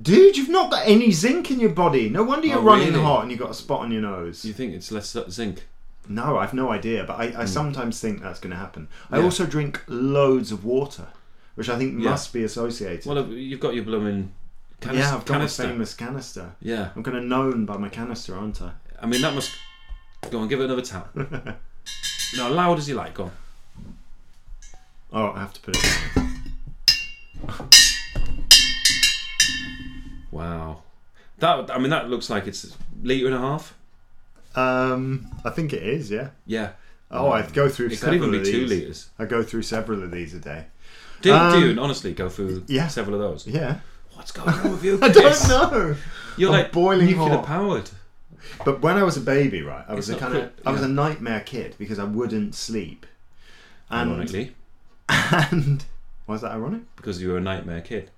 Speaker 2: dude, you've not got any zinc in your body. No wonder you're
Speaker 1: Oh,
Speaker 2: running
Speaker 1: really?
Speaker 2: hot and you've got a spot on your nose.
Speaker 1: Do you think it's less zinc?
Speaker 2: No, I've no idea, but I, I sometimes think that's going to happen. I
Speaker 1: Yeah.
Speaker 2: also drink loads of water, which I think
Speaker 1: Yeah.
Speaker 2: must be associated.
Speaker 1: Well, you've got your blooming canis-
Speaker 2: yeah, I've got
Speaker 1: canister.
Speaker 2: a famous canister.
Speaker 1: Yeah,
Speaker 2: I'm kind of known by my canister, aren't I?
Speaker 1: I mean, that must. Go on, give it another
Speaker 2: [laughs]
Speaker 1: tap. no, loud as you like, go on.
Speaker 2: Oh, I have to put it down.
Speaker 1: Wow. That, I mean, that looks like it's a litre and a half.
Speaker 2: Um, I think it is, yeah.
Speaker 1: Yeah.
Speaker 2: Oh, I go through
Speaker 1: Hmm. It could
Speaker 2: several
Speaker 1: even be
Speaker 2: of
Speaker 1: two
Speaker 2: these.
Speaker 1: litres.
Speaker 2: I go through several of these a day.
Speaker 1: Do,
Speaker 2: Um,
Speaker 1: do you honestly go through
Speaker 2: yeah.
Speaker 1: several of those?
Speaker 2: Yeah.
Speaker 1: What's going on with you?
Speaker 2: [laughs] I
Speaker 1: Chris?
Speaker 2: don't know.
Speaker 1: You're
Speaker 2: I'm
Speaker 1: like
Speaker 2: boiling
Speaker 1: nuclear
Speaker 2: hot.
Speaker 1: powered.
Speaker 2: But when I was a baby, right, I was
Speaker 1: It's not
Speaker 2: a kind of
Speaker 1: quick,
Speaker 2: I was
Speaker 1: yeah.
Speaker 2: a nightmare kid because I wouldn't sleep. And
Speaker 1: Ironically,
Speaker 2: [laughs] and was that ironic?
Speaker 1: because you were a nightmare kid.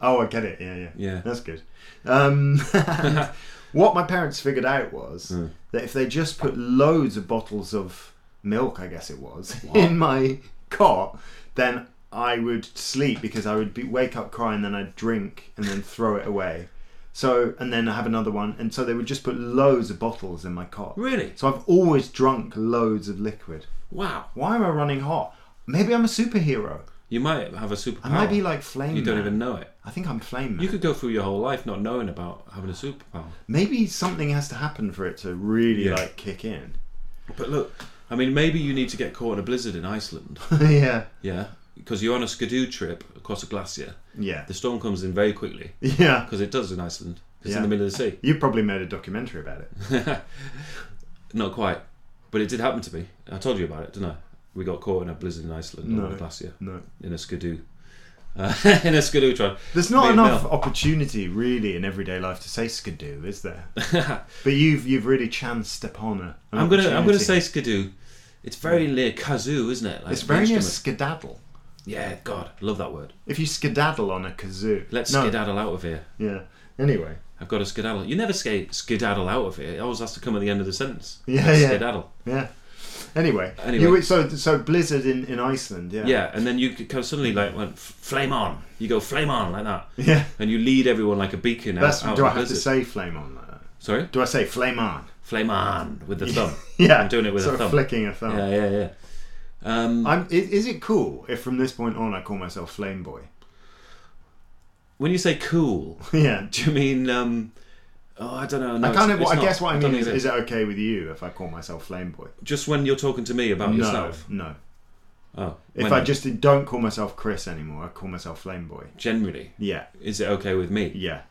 Speaker 2: Oh, I get it. Yeah, yeah.
Speaker 1: Yeah.
Speaker 2: That's good. Um, [laughs]
Speaker 1: [laughs]
Speaker 2: and what my parents figured out was
Speaker 1: Mm.
Speaker 2: that if they just put loads of bottles of milk, I guess it was, in my cot, then I would sleep because I would be, wake up crying, then I'd drink and then throw it away. So and then I have another one, and so they would just put loads of bottles in my cot.
Speaker 1: Really?
Speaker 2: So I've always drunk loads of liquid.
Speaker 1: Wow.
Speaker 2: Why am I running hot? Maybe I'm a superhero.
Speaker 1: You might have a superpower.
Speaker 2: I might be like Flame.
Speaker 1: Oh, you don't
Speaker 2: Man.
Speaker 1: even know it.
Speaker 2: I think I'm Flame Man.
Speaker 1: You could go through your whole life not knowing about having a superpower.
Speaker 2: Maybe something has to happen for it to really
Speaker 1: Yeah.
Speaker 2: like kick in. [laughs]
Speaker 1: But look, I mean, maybe you need to get caught in a blizzard in Iceland. [laughs]
Speaker 2: yeah.
Speaker 1: Yeah, because you're on a skidoo trip across a glacier.
Speaker 2: Yeah.
Speaker 1: The storm comes in very quickly
Speaker 2: Yeah.
Speaker 1: because it does in Iceland. It's
Speaker 2: Yeah.
Speaker 1: in the middle of the sea.
Speaker 2: You probably made a documentary about
Speaker 1: [laughs]
Speaker 2: it.
Speaker 1: Not quite, but it did happen to me. I told you about it, didn't I? We got caught in a blizzard in Iceland
Speaker 2: No.
Speaker 1: on a glacier
Speaker 2: No.
Speaker 1: in a skidoo. [laughs] Uh, in a skidoo [laughs] trip.
Speaker 2: There's not
Speaker 1: Me and
Speaker 2: enough opportunity really in everyday life to say skidoo,
Speaker 1: [laughs]
Speaker 2: is there? but you've you've really chanced upon a an
Speaker 1: I'm gonna I'm gonna
Speaker 2: opportunity.
Speaker 1: say skidoo. It's very near kazoo, isn't it? Like
Speaker 2: it's
Speaker 1: the
Speaker 2: very near
Speaker 1: instrument.
Speaker 2: skedaddle.
Speaker 1: Yeah, God, love that word.
Speaker 2: If you skedaddle on a kazoo.
Speaker 1: Let's
Speaker 2: no,
Speaker 1: skedaddle out of here.
Speaker 2: Yeah. Anyway.
Speaker 1: I've got to skedaddle. You never skate skedaddle out of it. It always has to come at the end of the sentence.
Speaker 2: [laughs] Yeah,
Speaker 1: Let's
Speaker 2: yeah.
Speaker 1: Skedaddle.
Speaker 2: Yeah. Anyway.
Speaker 1: Anyway.
Speaker 2: You were- so so blizzard in, in Iceland, yeah.
Speaker 1: Yeah, and then you could kind of suddenly like went "F- flame on. You go flame on like that,
Speaker 2: Yeah.
Speaker 1: and you lead everyone like a beacon out.
Speaker 2: That's
Speaker 1: out of
Speaker 2: do I have
Speaker 1: the
Speaker 2: to
Speaker 1: blizzard.
Speaker 2: say flame on like that?
Speaker 1: Sorry,
Speaker 2: Do I say flame on? [laughs]
Speaker 1: flame on with the thumb.
Speaker 2: Yeah. Oh.
Speaker 1: I'm doing it with
Speaker 2: sort
Speaker 1: a
Speaker 2: Of
Speaker 1: thumb.
Speaker 2: flicking a thumb.
Speaker 1: Yeah, yeah, yeah. Um,
Speaker 2: I'm, is, is it cool if from this point on I call myself Flame Boy? [laughs]
Speaker 1: when you say cool, [laughs]
Speaker 2: yeah.
Speaker 1: do you mean? Um, oh, I don't know. No,
Speaker 2: I
Speaker 1: it's-
Speaker 2: kind
Speaker 1: it's
Speaker 2: of. What, I
Speaker 1: not.
Speaker 2: guess what I
Speaker 1: don't
Speaker 2: mean is,
Speaker 1: think
Speaker 2: is
Speaker 1: it
Speaker 2: it okay with you if I call myself Flame Boy?
Speaker 1: just when you're talking to me about
Speaker 2: no,
Speaker 1: yourself?
Speaker 2: no.
Speaker 1: Oh,
Speaker 2: If
Speaker 1: when-
Speaker 2: I just don't call myself Chris anymore, I call myself Flame Boy.
Speaker 1: generally,
Speaker 2: Yeah,
Speaker 1: is it okay with me?
Speaker 2: yeah.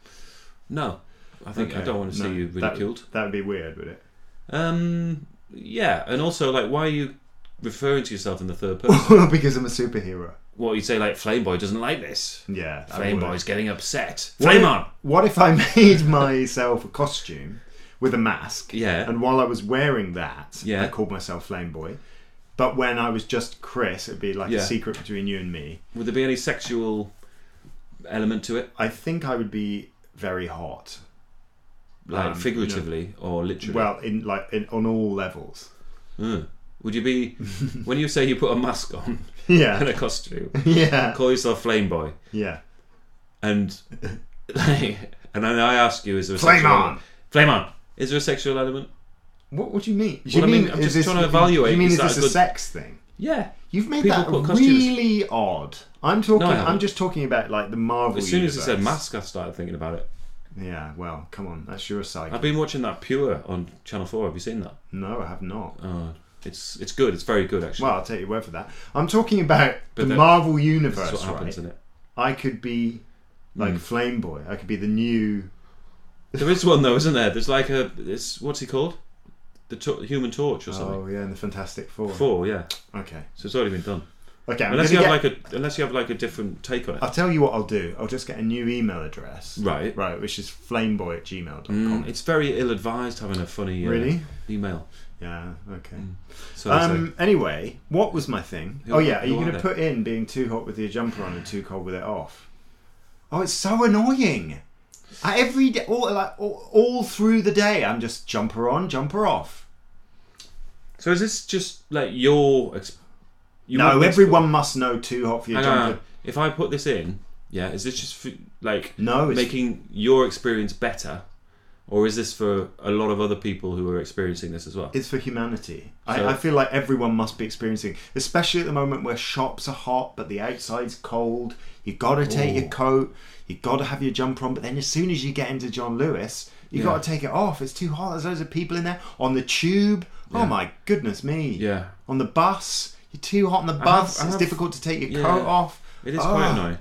Speaker 1: No, I think I
Speaker 2: Okay,
Speaker 1: don't want to see
Speaker 2: no,
Speaker 1: you
Speaker 2: that-
Speaker 1: ridiculed.
Speaker 2: That would be weird, would it? [laughs]
Speaker 1: Um, yeah, and also like, why are you referring to yourself in the third
Speaker 2: [laughs]
Speaker 1: person?
Speaker 2: because I'm a superhero.
Speaker 1: what you say like, Flame Boy doesn't like this.
Speaker 2: Yeah. I
Speaker 1: Flame
Speaker 2: would.
Speaker 1: Boy's getting upset.
Speaker 2: What
Speaker 1: Flame
Speaker 2: if-
Speaker 1: on.
Speaker 2: What if I [laughs] made myself a costume with a mask?
Speaker 1: Yeah.
Speaker 2: And while I was wearing that,
Speaker 1: Yeah.
Speaker 2: I called myself Flame Boy. But when I was just Chris, it'd be like
Speaker 1: Yeah.
Speaker 2: a secret between you and me.
Speaker 1: Would there be any sexual element to it,
Speaker 2: I think I would be very hot.
Speaker 1: like
Speaker 2: Um,
Speaker 1: figuratively or literally?
Speaker 2: Well, in like in, on all levels. [laughs]
Speaker 1: Uh, would you be when you say you put a mask on [laughs] and
Speaker 2: Yeah.
Speaker 1: a
Speaker 2: [laughs]
Speaker 1: costume,
Speaker 2: yeah.
Speaker 1: call yourself Flame Boy,
Speaker 2: Yeah.
Speaker 1: and [laughs] like, and then I ask you, is there a
Speaker 2: Flame
Speaker 1: sexual
Speaker 2: on.
Speaker 1: Flame on. Is there a sexual element?
Speaker 2: What, what do you mean? Do
Speaker 1: Well,
Speaker 2: you
Speaker 1: I mean, I'm
Speaker 2: is
Speaker 1: just trying to evaluate,
Speaker 2: You mean
Speaker 1: is
Speaker 2: is
Speaker 1: that
Speaker 2: this
Speaker 1: a
Speaker 2: a
Speaker 1: good-
Speaker 2: sex thing?
Speaker 1: Yeah.
Speaker 2: You've made
Speaker 1: People
Speaker 2: that
Speaker 1: put costumes.
Speaker 2: really odd. I'm talking.
Speaker 1: No, I haven't.
Speaker 2: I'm just talking about like the Marvel.
Speaker 1: As soon as I said
Speaker 2: universe.
Speaker 1: mask, I started thinking about it.
Speaker 2: Yeah, well, come on, that's your side.
Speaker 1: I've been watching that Pure on Channel Four. Have you seen that?
Speaker 2: No, I have not.
Speaker 1: Uh, it's it's good. It's very good actually.
Speaker 2: Well, I'll take your word for that. I'm talking about
Speaker 1: But
Speaker 2: the
Speaker 1: that-
Speaker 2: Marvel
Speaker 1: That's
Speaker 2: universe,
Speaker 1: what happens
Speaker 2: right?
Speaker 1: in Hmm. it.
Speaker 2: I could be like Flame Boy. I could be the new.
Speaker 1: There is one though, isn't there? There's like a it's what's he called? The to- Human Torch or something.
Speaker 2: Oh yeah, in the Fantastic Four.
Speaker 1: Four, yeah.
Speaker 2: Okay,
Speaker 1: So it's already been done.
Speaker 2: okay. I'm
Speaker 1: Unless you
Speaker 2: gonna
Speaker 1: have
Speaker 2: get-
Speaker 1: like a unless you have like a different take on it.
Speaker 2: I'll tell you what I'll do. I'll just get a new email address.
Speaker 1: Right.
Speaker 2: Right, which is flameboy at gmail.com.
Speaker 1: Mm, it's very ill-advised having a funny uh,
Speaker 2: Really?
Speaker 1: email.
Speaker 2: Yeah. Okay.
Speaker 1: So it's like-
Speaker 2: Um. Anyway, what was my thing?
Speaker 1: Hmm. Who-
Speaker 2: oh yeah, are
Speaker 1: who
Speaker 2: you
Speaker 1: are
Speaker 2: going to
Speaker 1: they?
Speaker 2: put in being too hot with your jumper on and too cold with it off? Oh, it's so annoying. I, every day, all like all, all through the day, I'm just jumper on, jumper off.
Speaker 1: so is this just like your? Exp- you
Speaker 2: no,
Speaker 1: want me to-
Speaker 2: everyone must know too hot for your
Speaker 1: Hang on, hang
Speaker 2: jumper.
Speaker 1: on. If I put this in, yeah, is this just for, like
Speaker 2: No, it's
Speaker 1: making your experience better, or is this for a lot of other people who are experiencing this as well?
Speaker 2: it's for humanity.
Speaker 1: So-
Speaker 2: I, I feel like everyone must be experiencing, especially at the moment where shops are hot but the outside's cold. You gotta take
Speaker 1: Ooh.
Speaker 2: your coat, you gotta have your jumper on, but then as soon as you get into John Lewis, you
Speaker 1: Yeah.
Speaker 2: gotta take it off. It's too hot. There's loads of people in there on the tube. Oh my goodness me!
Speaker 1: yeah,
Speaker 2: On the bus, you're too hot on the
Speaker 1: have-
Speaker 2: bus.
Speaker 1: I
Speaker 2: it's
Speaker 1: have-
Speaker 2: difficult to take your
Speaker 1: yeah.
Speaker 2: coat off.
Speaker 1: it is
Speaker 2: Ah.
Speaker 1: quite annoying.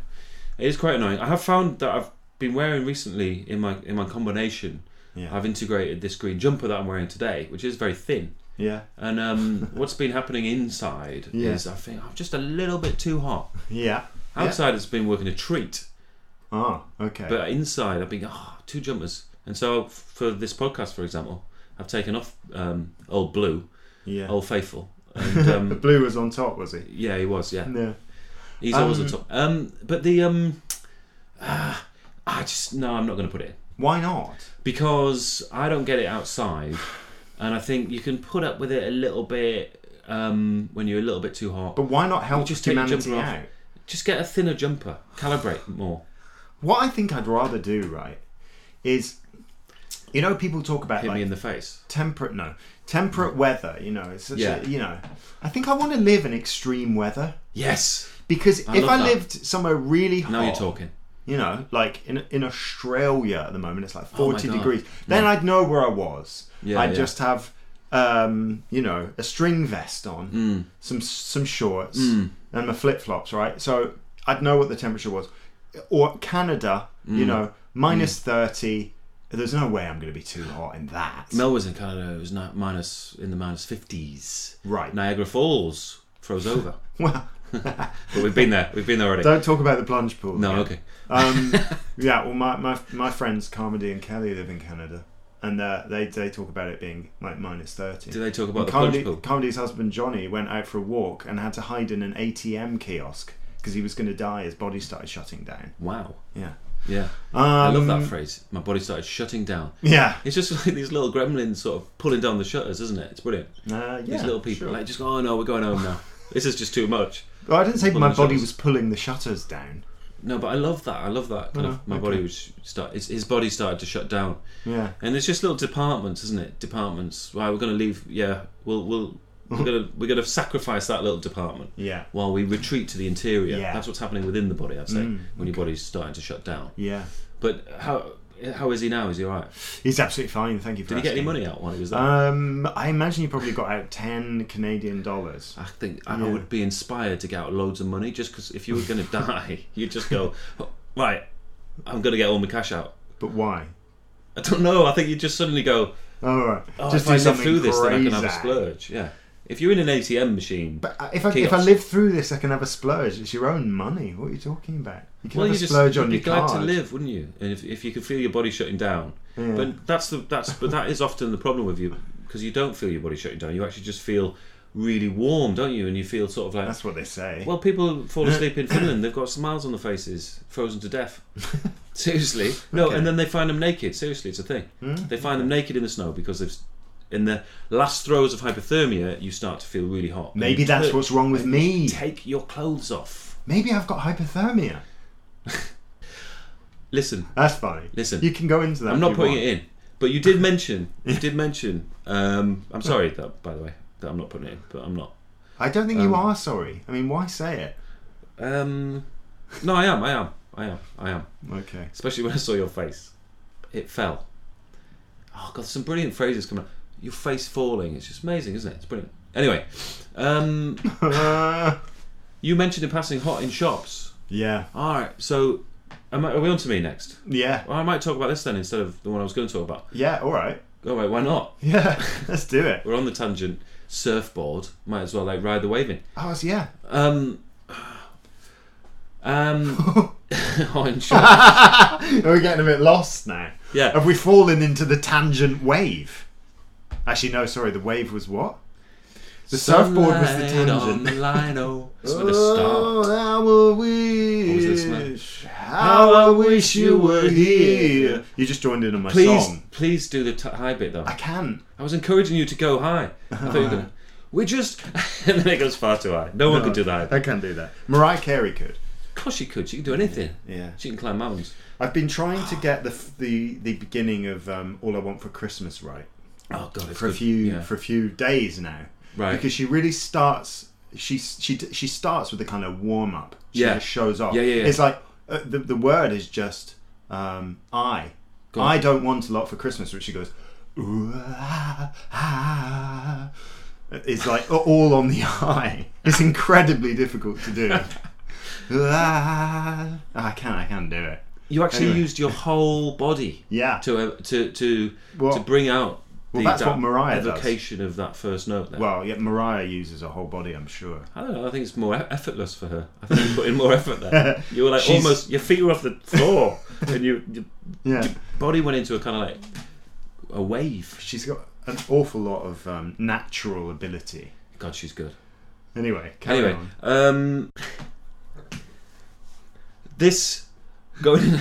Speaker 1: It is quite annoying. I have found that I've been wearing recently in my in my combination.
Speaker 2: Yeah.
Speaker 1: I've integrated this green jumper that I'm wearing today, which is very thin.
Speaker 2: Yeah,
Speaker 1: And
Speaker 2: [laughs]
Speaker 1: um, what's been happening inside
Speaker 2: Yeah.
Speaker 1: is I think I'm just a little bit too hot.
Speaker 2: yeah.
Speaker 1: Outside it's been working a treat,
Speaker 2: Oh, okay.
Speaker 1: but inside I've been ah two jumpers. And so f- for this podcast, for example, I've taken off um, old blue,
Speaker 2: yeah.
Speaker 1: old faithful, and
Speaker 2: the [laughs]
Speaker 1: um,
Speaker 2: blue was on top, was he?
Speaker 1: yeah, he was yeah,
Speaker 2: Yeah.
Speaker 1: he's always
Speaker 2: Um,
Speaker 1: on top. Um, but the um, ah, I just no, I'm not going to put it in
Speaker 2: Why not?
Speaker 1: because I don't get it outside, and I think you can put up with it a little bit um, when you're a little bit too hot.
Speaker 2: But why not help
Speaker 1: just take your
Speaker 2: humanity
Speaker 1: jumper off.
Speaker 2: out?
Speaker 1: Just get a thinner jumper. Calibrate more.
Speaker 2: What I think I'd rather do, right, is you know people talk about
Speaker 1: Hit
Speaker 2: like
Speaker 1: me in the face.
Speaker 2: temperate no temperate weather. You know, it's such
Speaker 1: Yeah.
Speaker 2: a, you know, I think I want to live in extreme weather
Speaker 1: Yes.
Speaker 2: because
Speaker 1: I
Speaker 2: if
Speaker 1: love
Speaker 2: I
Speaker 1: that.
Speaker 2: lived somewhere really hot,
Speaker 1: Now you're talking.
Speaker 2: you know, like in in Australia at the moment, it's like
Speaker 1: Oh my
Speaker 2: forty
Speaker 1: God.
Speaker 2: degrees. Then I'd know where I was.
Speaker 1: Yeah,
Speaker 2: I'd
Speaker 1: yeah.
Speaker 2: just have. Um, you know, a string vest on,
Speaker 1: Mm.
Speaker 2: some some shorts, and my flip flops, right? So I'd know what the temperature was. Or Canada,
Speaker 1: Mm.
Speaker 2: you know, minus 30. There's no way I'm going to be too hot in that.
Speaker 1: Mel was in Canada. It was ni- minus in the minus fifties.
Speaker 2: Right.
Speaker 1: Niagara Falls froze over,
Speaker 2: [laughs] Well,
Speaker 1: but we've been there. We've been there already.
Speaker 2: don't talk about the plunge pool.
Speaker 1: no,
Speaker 2: again.
Speaker 1: okay. [laughs]
Speaker 2: Um, yeah, well, my, my, my friends Carmody and Kelly live in Canada, and uh, they they talk about it being like minus thirty.
Speaker 1: Do they talk about the
Speaker 2: Carmody,
Speaker 1: plunge pool?
Speaker 2: Carmody's husband Johnny went out for a walk and had to hide in an ATM kiosk because he was going to die. His body started shutting down.
Speaker 1: Wow.
Speaker 2: Yeah,
Speaker 1: Yeah,
Speaker 2: um,
Speaker 1: I love that phrase. My body started shutting down.
Speaker 2: Yeah,
Speaker 1: It's just [laughs] like these little gremlins sort of pulling down the shutters, isn't it? It's brilliant.
Speaker 2: uh, yeah.
Speaker 1: These little people,
Speaker 2: sure.
Speaker 1: like, just oh no, we're going home now. [laughs] this is just too much.
Speaker 2: Well, I didn't say
Speaker 1: Pulling
Speaker 2: my
Speaker 1: the
Speaker 2: body
Speaker 1: shutters.
Speaker 2: was pulling the shutters down.
Speaker 1: No, but I love that. I love that. Kind
Speaker 2: Oh,
Speaker 1: of, my
Speaker 2: okay.
Speaker 1: body was start. His, his body started to shut down.
Speaker 2: Yeah,
Speaker 1: And it's just little departments, isn't it? Departments. Right, we're going to leave. Yeah, we'll we'll
Speaker 2: [laughs]
Speaker 1: we're going to we're going to sacrifice that little department
Speaker 2: yeah,
Speaker 1: while we retreat to the interior.
Speaker 2: Yeah.
Speaker 1: That's what's happening within the body, I'd say,
Speaker 2: Mm,
Speaker 1: when your body's starting to shut down.
Speaker 2: yeah.
Speaker 1: But how How is he now? Is he alright?
Speaker 2: He's absolutely fine. Thank you. For
Speaker 1: Did he get any
Speaker 2: asking.
Speaker 1: money out while he was there?
Speaker 2: Um, I imagine he probably got out ten Canadian dollars.
Speaker 1: I think I
Speaker 2: yeah.
Speaker 1: would be inspired to get out loads of money just because if you were
Speaker 2: [laughs]
Speaker 1: going to die, you'd just go, right, I'm going to get all my cash out.
Speaker 2: But why?
Speaker 1: I don't know. I think you'd just suddenly go,
Speaker 2: All right,
Speaker 1: oh,
Speaker 2: just
Speaker 1: if I live
Speaker 2: do something
Speaker 1: through this, then I can have a
Speaker 2: crazy.
Speaker 1: splurge. Yeah. If you're in an ATM machine,
Speaker 2: But I- if I, if I
Speaker 1: Chaos.
Speaker 2: live through this, I can have a splurge. It's your own money. What are you talking about? You can
Speaker 1: well,
Speaker 2: have
Speaker 1: you
Speaker 2: a
Speaker 1: just
Speaker 2: splurge
Speaker 1: you'd
Speaker 2: on
Speaker 1: be
Speaker 2: your
Speaker 1: glad
Speaker 2: card.
Speaker 1: to live, wouldn't you? And if, if you could feel your body shutting down,
Speaker 2: Yeah.
Speaker 1: but that's the that's but that is often the problem with you because you don't feel your body shutting down. You actually just feel really warm, don't you? And you feel sort of like
Speaker 2: That's what they say.
Speaker 1: Well, people fall asleep in Finland. They've got smiles on their faces, frozen to
Speaker 2: [laughs]
Speaker 1: death. Seriously, no.
Speaker 2: Okay. Hmm?
Speaker 1: And then they find them naked. Seriously, it's a thing. They find them naked in the snow because they've, in the last throes of hypothermia, you start to feel really hot. And
Speaker 2: Maybe
Speaker 1: you
Speaker 2: that's
Speaker 1: take-
Speaker 2: what's wrong with me.
Speaker 1: Take your clothes off.
Speaker 2: Maybe I've got hypothermia.
Speaker 1: Listen,
Speaker 2: That's fine.
Speaker 1: Listen.
Speaker 2: you can go into that.
Speaker 1: I'm not putting it in, but you
Speaker 2: [laughs]
Speaker 1: did mention. You did mention. Um, I'm sorry that, by the way, that I'm not putting it in, Um, but I'm not.
Speaker 2: I don't think you are sorry. I mean, why say it?
Speaker 1: Um, no, I am. I am. I am. I am.
Speaker 2: Okay. [laughs]
Speaker 1: especially when I saw your face. It fell. Oh god, some brilliant phrases coming up. Your face falling. It's just amazing, isn't it? It's brilliant. Anyway, um, you mentioned in passing hot in shops.
Speaker 2: yeah.
Speaker 1: All right, so am I, are we on to me next?
Speaker 2: Yeah.
Speaker 1: Well, I might talk about this then instead of the one I was going to talk about.
Speaker 2: Yeah. All right. [laughs]
Speaker 1: Oh wait, why not?
Speaker 2: Yeah. Let's do it.
Speaker 1: We're on the tangent. Surfboard. Might as well like ride the wave in.
Speaker 2: Oh, it's- yeah.
Speaker 1: Um, um, [laughs] hot in
Speaker 2: [laughs]
Speaker 1: shops.
Speaker 2: We're getting a bit lost now.
Speaker 1: Yeah.
Speaker 2: Have we fallen into the tangent wave? Actually, no. Sorry. The wave was what? The surfboard was the
Speaker 1: Sunlight on
Speaker 2: tangent.
Speaker 1: the lino. That's oh.
Speaker 2: [laughs]
Speaker 1: where the start.
Speaker 2: Oh, how I
Speaker 1: was
Speaker 2: wish,
Speaker 1: this, man?
Speaker 2: how I wish you were here. You just joined in on my
Speaker 1: Please,
Speaker 2: song.
Speaker 1: please do the t- high bit though.
Speaker 2: I can.
Speaker 1: I was encouraging you to go high. I thought you were
Speaker 2: [laughs]
Speaker 1: gonna. We just, [laughs] and then it goes far too high. No, one could do that.
Speaker 2: I can do that. Mariah Carey could.
Speaker 1: Of course she could. She can do anything.
Speaker 2: Yeah.
Speaker 1: She can climb mountains.
Speaker 2: I've been trying to get the f- the the beginning of um, All I Want for Christmas right
Speaker 1: Oh god, it's
Speaker 2: for a
Speaker 1: good.
Speaker 2: few
Speaker 1: Yeah.
Speaker 2: for a few days now.
Speaker 1: Right.
Speaker 2: Because she really starts. She she she starts with a kind of warm up. She
Speaker 1: Yeah.
Speaker 2: just shows off.
Speaker 1: Yeah, yeah, yeah.
Speaker 2: It's like uh, the the word is just um, I.
Speaker 1: Go on.
Speaker 2: I don't want a lot for Christmas, which she goes. "Ooh, ah, ah." It's like all on the [laughs] eye. It's incredibly difficult
Speaker 1: [laughs]
Speaker 2: to do. Ah, I can, I can do it.
Speaker 1: you actually
Speaker 2: Anyway.
Speaker 1: used your whole body
Speaker 2: Yeah.
Speaker 1: to uh, to to
Speaker 2: Well-
Speaker 1: to bring out.
Speaker 2: well,
Speaker 1: the,
Speaker 2: that's
Speaker 1: that
Speaker 2: what Mariah does.
Speaker 1: evocation of that first note. There.
Speaker 2: Well, yeah, Mariah uses a whole body, I'm sure.
Speaker 1: I don't know. I think it's more e- effortless for her. I think you put in more effort
Speaker 2: [laughs]
Speaker 1: there. You were like
Speaker 2: She's-
Speaker 1: almost your feet were off the
Speaker 2: [laughs]
Speaker 1: floor, and you, your
Speaker 2: Yeah.
Speaker 1: body went into a kind of like a wave.
Speaker 2: She's got an awful lot of um, natural ability.
Speaker 1: God, she's good.
Speaker 2: Anyway, carry
Speaker 1: anyway,
Speaker 2: on. [laughs]
Speaker 1: um, this going [laughs] in.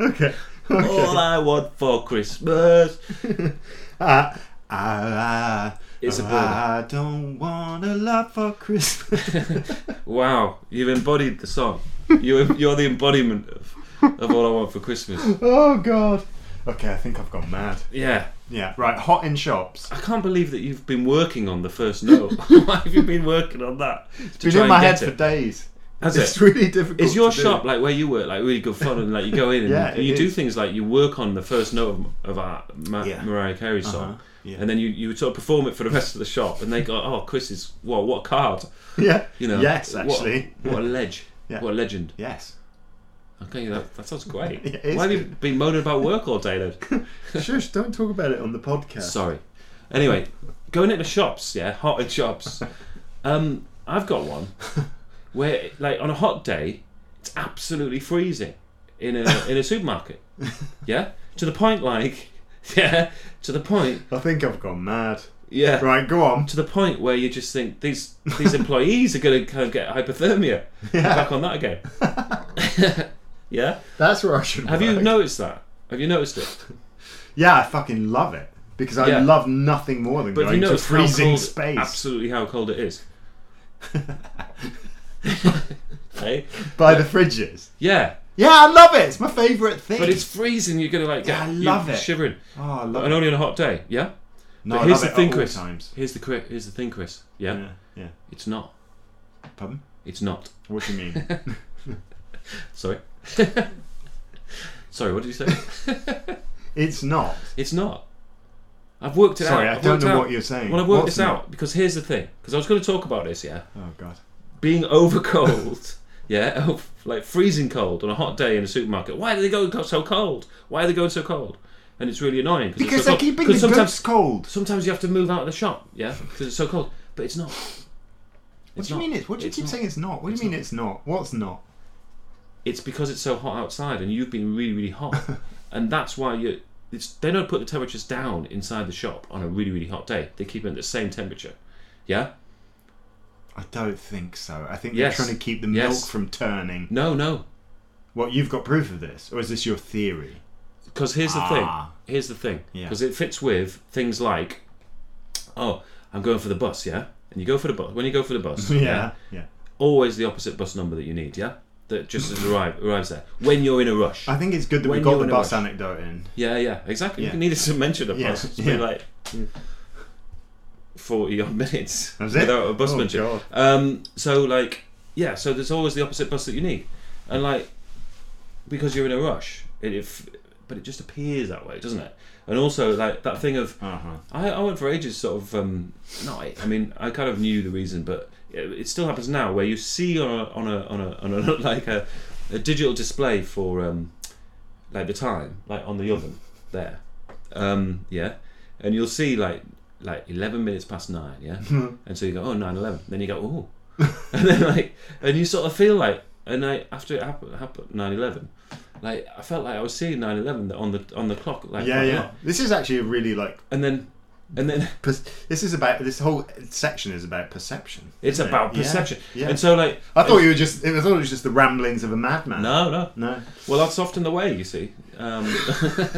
Speaker 2: Okay.
Speaker 1: All I want for Christmas.
Speaker 2: Ah, ah, ah,
Speaker 1: It's a
Speaker 2: ah,
Speaker 1: ball.
Speaker 2: I don't want a lot for Christmas. [laughs]
Speaker 1: Wow, you've embodied the song. You, you're the embodiment of, of all I want for Christmas.
Speaker 2: oh, God. Okay, I think I've gone mad.
Speaker 1: Yeah,
Speaker 2: Yeah, right, hot in shops.
Speaker 1: I can't believe that you've been working on the first note. [laughs] Why have you been working on that? To
Speaker 2: Been
Speaker 1: try
Speaker 2: in my
Speaker 1: and
Speaker 2: head
Speaker 1: get
Speaker 2: for
Speaker 1: it?
Speaker 2: days.
Speaker 1: Has
Speaker 2: it's
Speaker 1: it?
Speaker 2: really difficult.
Speaker 1: Is your
Speaker 2: to do.
Speaker 1: shop like where you work like really good fun and like you go in and,
Speaker 2: Yeah,
Speaker 1: and
Speaker 2: it
Speaker 1: you do
Speaker 2: is.
Speaker 1: things like you work on the first note of, of our Ma-
Speaker 2: Yeah.
Speaker 1: Mariah Carey song
Speaker 2: Uh-huh, yeah.
Speaker 1: and then you, you sort of perform it for the rest of the shop and they go oh Chris is what what a card
Speaker 2: [laughs] Yeah.
Speaker 1: you know
Speaker 2: Yes,
Speaker 1: what-
Speaker 2: actually.
Speaker 1: what, a ledge
Speaker 2: Yeah.
Speaker 1: what a legend [laughs]
Speaker 2: Yes.
Speaker 1: okay that, that sounds great
Speaker 2: [laughs] It is
Speaker 1: why have you
Speaker 2: good.
Speaker 1: been moaning about work all day then
Speaker 2: Shush, don't talk about it on the podcast.
Speaker 1: Sorry. Anyway, going into shops, yeah, hot in shops. Um, I've got one where, like, on a hot day, it's absolutely freezing in a in a supermarket. Yeah, to the point, like, [laughs] yeah, to the point,
Speaker 2: I think I've gone mad.
Speaker 1: yeah,
Speaker 2: Right, go on.
Speaker 1: to the point where you just think these these employees are going to kind of get hypothermia. Back on that again. [laughs] yeah.
Speaker 2: That's where I should
Speaker 1: Have you
Speaker 2: work.
Speaker 1: noticed that? Have you noticed it?
Speaker 2: Yeah, I fucking love it because I
Speaker 1: Yeah.
Speaker 2: love nothing more than
Speaker 1: But have you
Speaker 2: going to
Speaker 1: noticed how
Speaker 2: freezing
Speaker 1: cold,
Speaker 2: space.
Speaker 1: Absolutely, how cold it is. [laughs] hey,
Speaker 2: by the fridges.
Speaker 1: yeah,
Speaker 2: Yeah, I love it. It's my favourite thing.
Speaker 1: but it's freezing. You're gonna like,
Speaker 2: Yeah,
Speaker 1: get-
Speaker 2: I
Speaker 1: you're
Speaker 2: love it.
Speaker 1: shivering,
Speaker 2: oh, I love
Speaker 1: and
Speaker 2: it.
Speaker 1: only on a hot day. Yeah.
Speaker 2: No,
Speaker 1: but
Speaker 2: I
Speaker 1: here's
Speaker 2: love
Speaker 1: the
Speaker 2: it
Speaker 1: thing,
Speaker 2: at all
Speaker 1: Chris.
Speaker 2: times.
Speaker 1: Here's the cri- here's the thing, Chris. Yeah,
Speaker 2: Yeah, yeah.
Speaker 1: it's not.
Speaker 2: Pardon?
Speaker 1: It's not.
Speaker 2: What do you mean?
Speaker 1: [laughs] Sorry. [laughs] Sorry, what did you
Speaker 2: [laughs]
Speaker 1: say?
Speaker 2: it's not.
Speaker 1: It's not. I've worked it
Speaker 2: Sorry,
Speaker 1: out.
Speaker 2: I
Speaker 1: I've
Speaker 2: don't
Speaker 1: worked
Speaker 2: know
Speaker 1: out.
Speaker 2: what you're saying.
Speaker 1: Well, I've worked
Speaker 2: What's
Speaker 1: this out because here's the thing. Because I was going to talk about this, yeah.
Speaker 2: not? Oh god.
Speaker 1: Being [laughs] over cold, yeah, [laughs] oh, like freezing cold on a hot day in a supermarket. Why do they go co- so cold? Why are they going so cold? And it's really annoying it's
Speaker 2: Because
Speaker 1: so
Speaker 2: they're
Speaker 1: cold.
Speaker 2: keeping
Speaker 1: 'Cause
Speaker 2: the
Speaker 1: sometimes,
Speaker 2: goods cold.
Speaker 1: sometimes you have to move out of the shop, yeah, because it's so cold. But it's not.
Speaker 2: What
Speaker 1: It's
Speaker 2: do you
Speaker 1: not.
Speaker 2: mean it's? What do you
Speaker 1: It's
Speaker 2: keep
Speaker 1: not.
Speaker 2: saying it's not? What do you
Speaker 1: It's
Speaker 2: mean
Speaker 1: not.
Speaker 2: it's not? What's not?
Speaker 1: It's because it's so hot outside, and you've been really, really
Speaker 2: [laughs]
Speaker 1: hot, and that's why you. It's they don't put the temperatures down inside the shop on a really, really hot day. They keep it at the same temperature. Yeah.
Speaker 2: I don't think so. I think
Speaker 1: Yes.
Speaker 2: they're trying to keep the
Speaker 1: Yes.
Speaker 2: milk from turning.
Speaker 1: No, no.
Speaker 2: What you've got proof of this, or is this your theory? [laughs]
Speaker 1: Because here's the
Speaker 2: Ah.
Speaker 1: thing. Here's the thing.
Speaker 2: Yeah.
Speaker 1: Because it fits with things like, oh, I'm going for the bus, yeah. And you go for the bus. When you go for the bus,
Speaker 2: [laughs] Yeah, yeah.
Speaker 1: always the opposite bus number that you need, yeah. That just as arrive, arrives there when you're in a
Speaker 2: [laughs]
Speaker 1: rush.
Speaker 2: I think it's good that
Speaker 1: When
Speaker 2: we got
Speaker 1: you're
Speaker 2: the
Speaker 1: in a
Speaker 2: bus
Speaker 1: rush.
Speaker 2: anecdote in.
Speaker 1: Yeah, yeah, exactly.
Speaker 2: Yeah.
Speaker 1: You needed to mention the
Speaker 2: Yeah,
Speaker 1: bus. It's
Speaker 2: yeah.
Speaker 1: been like hmm, forty odd minutes
Speaker 2: That's it?
Speaker 1: without a bus
Speaker 2: Oh,
Speaker 1: mention.
Speaker 2: God.
Speaker 1: Um, so like, yeah, so there's always the opposite bus that you need, and like because you're in a rush, it, if but it just appears that way, doesn't it? And also like that thing of
Speaker 2: Uh huh.
Speaker 1: I, I went for ages, sort of. Um, not, I mean, I kind of knew the reason, but it, it still happens now, where you see on a on a on a, on a [laughs] like a, a digital display for um, like the time, like on the oven there, um, yeah, and you'll see like like eleven minutes past nine, yeah,
Speaker 2: Hmm.
Speaker 1: and so you go oh nine eleven, then you go oh, [laughs] and then like and you sort of feel like and I after it happened happened nine eleven. Like I felt like I was seeing 9/11 on the on the clock, like
Speaker 2: Yeah,
Speaker 1: quite a
Speaker 2: yeah.
Speaker 1: lot.
Speaker 2: This is actually a really like.
Speaker 1: and then and then
Speaker 2: pers- This is about this whole section is about perception.
Speaker 1: It's
Speaker 2: isn't it?
Speaker 1: about
Speaker 2: Yeah,
Speaker 1: perception.
Speaker 2: Yeah.
Speaker 1: And so, like,
Speaker 2: I thought you were just. I thought it was just the ramblings of a madman.
Speaker 1: no, no.
Speaker 2: No.
Speaker 1: Well, that's often the way, you see. Um,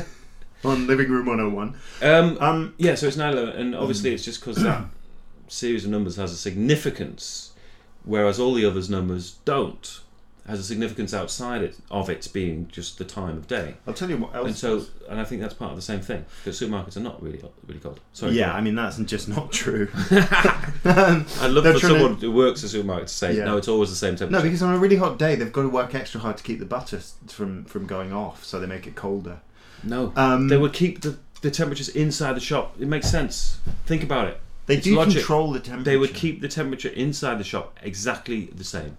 Speaker 1: [laughs]
Speaker 2: On living room 101.
Speaker 1: um,
Speaker 2: Um.
Speaker 1: yeah, so it's 9 11, and obviously it's just because that [coughs] series of numbers has a significance, whereas all the others' numbers don't. Has a significance outside it, of its being just the time of day,
Speaker 2: I'll tell you what else.
Speaker 1: and so and I think that's part of the same thing because supermarkets are not really really cold. Sorry,
Speaker 2: yeah, I mean that's just
Speaker 1: [laughs]
Speaker 2: not true. Um,
Speaker 1: I'd love
Speaker 2: They're
Speaker 1: for
Speaker 2: trying to-
Speaker 1: someone who works at a supermarket to say
Speaker 2: Yeah.
Speaker 1: no, it's always the same temperature.
Speaker 2: No, because on a really hot day, they've got to work extra hard to keep the butter s- from from going off, so they make it colder.
Speaker 1: No,
Speaker 2: Um,
Speaker 1: they would keep the, the temperatures inside the shop. It makes sense. Think about it.
Speaker 2: They
Speaker 1: It's
Speaker 2: do
Speaker 1: logic.
Speaker 2: control the temperature.
Speaker 1: They would keep the temperature inside the shop exactly the same.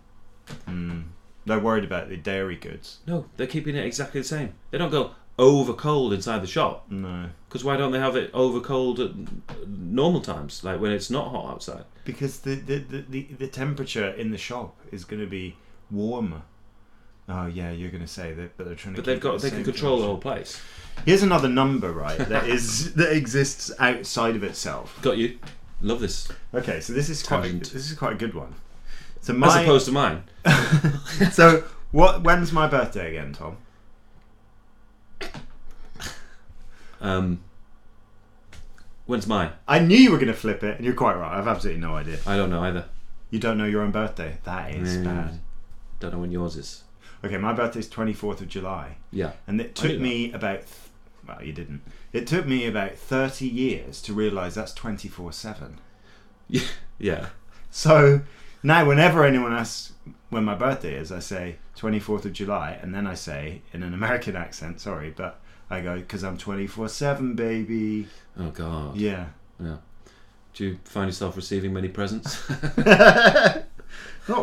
Speaker 2: Mm. They're worried about the dairy goods.
Speaker 1: No, they're keeping it exactly the same. They don't go over cold inside the shop
Speaker 2: No,
Speaker 1: because why don't they have it over cold at n- normal times, like when it's not hot outside?
Speaker 2: because the the, the, the, the temperature in the shop is going to be warmer. Oh yeah, you're going to say that, but they're trying to.
Speaker 1: But they've
Speaker 2: keep it
Speaker 1: got they
Speaker 2: the
Speaker 1: can
Speaker 2: same
Speaker 1: control the
Speaker 2: temperature.
Speaker 1: whole place.
Speaker 2: Here's another number, right?
Speaker 1: [laughs]
Speaker 2: That is that exists outside of itself.
Speaker 1: Got you. Love this
Speaker 2: Okay, so this is quite a,
Speaker 1: Tangent.
Speaker 2: this is quite a good one. So
Speaker 1: as
Speaker 2: my
Speaker 1: opposed to mine.
Speaker 2: so what? When's my birthday again, Tom?
Speaker 1: Um, when's mine?
Speaker 2: I knew you were going to flip it, and you're quite right. I've absolutely no idea.
Speaker 1: I don't know either.
Speaker 2: You don't know your own birthday. That is
Speaker 1: Mm.
Speaker 2: bad.
Speaker 1: Don't know when yours is.
Speaker 2: Okay, my birthday's 24th of July,
Speaker 1: Yeah. [laughs]
Speaker 2: and it
Speaker 1: knew
Speaker 2: took
Speaker 1: that.
Speaker 2: me about. Th- well, you didn't. It took me about 30 years to realise that's 24 7.
Speaker 1: Yeah.
Speaker 2: So now, whenever anyone asks when my birthday is, I say 24th of July, and then I say in an American accent, sorry, but I go, because I'm 24 7, baby.
Speaker 1: Oh God.
Speaker 2: Yeah.
Speaker 1: Yeah. Do you find yourself receiving many presents? [laughs]
Speaker 2: Not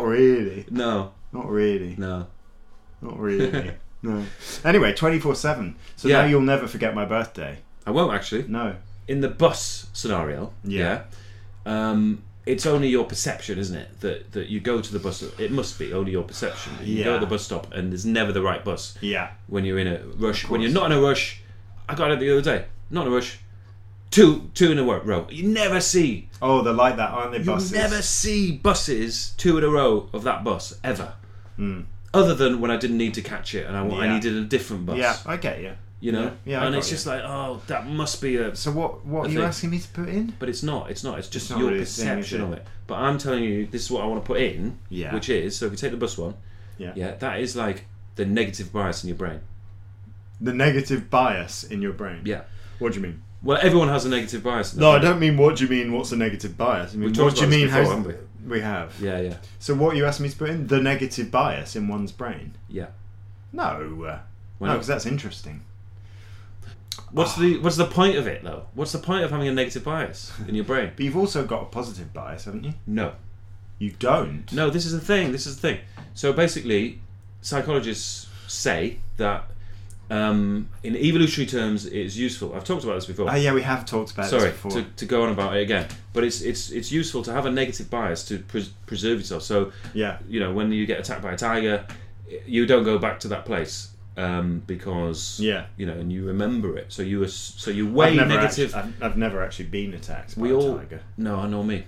Speaker 2: really.
Speaker 1: no,
Speaker 2: Not really.
Speaker 1: no. [laughs]
Speaker 2: Not really. no. Anyway, 24 7. So
Speaker 1: Yeah.
Speaker 2: now you'll never forget my birthday.
Speaker 1: I won't actually.
Speaker 2: No.
Speaker 1: In the bus scenario,
Speaker 2: Yeah.
Speaker 1: yeah, um, it's only your perception, isn't it? That that you go to the bus. It must be only your perception. You go
Speaker 2: Yeah.
Speaker 1: to the bus stop, and there's never the right bus
Speaker 2: Yeah.
Speaker 1: when you're in a rush. When
Speaker 2: course.
Speaker 1: you're not in a rush, I got it the other day. Not in a rush. Two two in a wo- row. You never see.
Speaker 2: Oh, they're like that, aren't they,
Speaker 1: You
Speaker 2: buses?
Speaker 1: never see buses two in a row of that bus ever.
Speaker 2: Mm.
Speaker 1: Other than when I didn't need to catch it and I, I
Speaker 2: Yeah.
Speaker 1: needed a different bus.
Speaker 2: Yeah, I get you.
Speaker 1: you know
Speaker 2: Yeah, yeah, I
Speaker 1: and
Speaker 2: got
Speaker 1: it's
Speaker 2: you.
Speaker 1: just like oh that must be a
Speaker 2: So what, what
Speaker 1: I
Speaker 2: are you
Speaker 1: think-
Speaker 2: asking me to put in?
Speaker 1: but it's not it's not it's just
Speaker 2: It's not
Speaker 1: your
Speaker 2: really a thing, is
Speaker 1: perception
Speaker 2: it?
Speaker 1: of it but i'm telling you this is what i want to put in
Speaker 2: Yeah.
Speaker 1: which is so if you take the bus one
Speaker 2: Yeah.
Speaker 1: yeah that is like the negative bias in your brain
Speaker 2: The negative bias in your brain.
Speaker 1: yeah
Speaker 2: What do you mean?
Speaker 1: Well, everyone has a negative bias. in
Speaker 2: No, I
Speaker 1: their
Speaker 2: don't mean what do you mean. What's the negative bias? I mean,
Speaker 1: We've
Speaker 2: what
Speaker 1: talked
Speaker 2: do you
Speaker 1: about
Speaker 2: mean?
Speaker 1: this before,
Speaker 2: how's-
Speaker 1: haven't
Speaker 2: we have.
Speaker 1: brain. Yeah, yeah,
Speaker 2: So what you asked me to put in the negative bias in one's brain?
Speaker 1: yeah.
Speaker 2: No, uh,
Speaker 1: Why
Speaker 2: no,
Speaker 1: not?
Speaker 2: because that's interesting.
Speaker 1: What's the what's the point of it though? What's the point of having a negative bias in your brain?
Speaker 2: But you've also got a positive bias, haven't you?
Speaker 1: No,
Speaker 2: You don't.
Speaker 1: no. This is the thing. This is the thing. So basically, psychologists say that um, in evolutionary terms, it's useful. I've talked about this before.
Speaker 2: Oh yeah, we have talked about
Speaker 1: Sorry
Speaker 2: this before.
Speaker 1: to, to go on about it again, but it's it's it's useful to have a negative bias to pres- preserve yourself. So
Speaker 2: Yeah,
Speaker 1: you know when you get attacked by a tiger, you don't go back to that place um, because
Speaker 2: yeah.
Speaker 1: you know, and you remember it. So you were, so you
Speaker 2: I've
Speaker 1: weigh
Speaker 2: never
Speaker 1: negative.
Speaker 2: Actually, I've, I've never actually been attacked by
Speaker 1: We
Speaker 2: a
Speaker 1: all-
Speaker 2: tiger.
Speaker 1: no, I know me.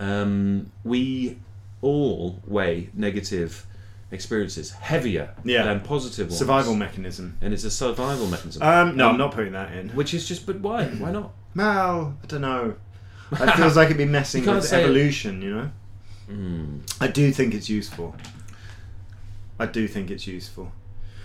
Speaker 1: Um, we all weigh negative experiences heavier
Speaker 2: Yeah.
Speaker 1: than positive ones.
Speaker 2: Survival mechanism.
Speaker 1: and it's a survival mechanism.
Speaker 2: Um, no, I'm not putting that in.
Speaker 1: which is just, but why? Why not?
Speaker 2: Well, I
Speaker 1: [laughs]
Speaker 2: don't know. It feels like it'd be messing
Speaker 1: You can't
Speaker 2: with
Speaker 1: say it.
Speaker 2: evolution, you know.
Speaker 1: Hmm.
Speaker 2: I do think it's useful. I do think it's useful.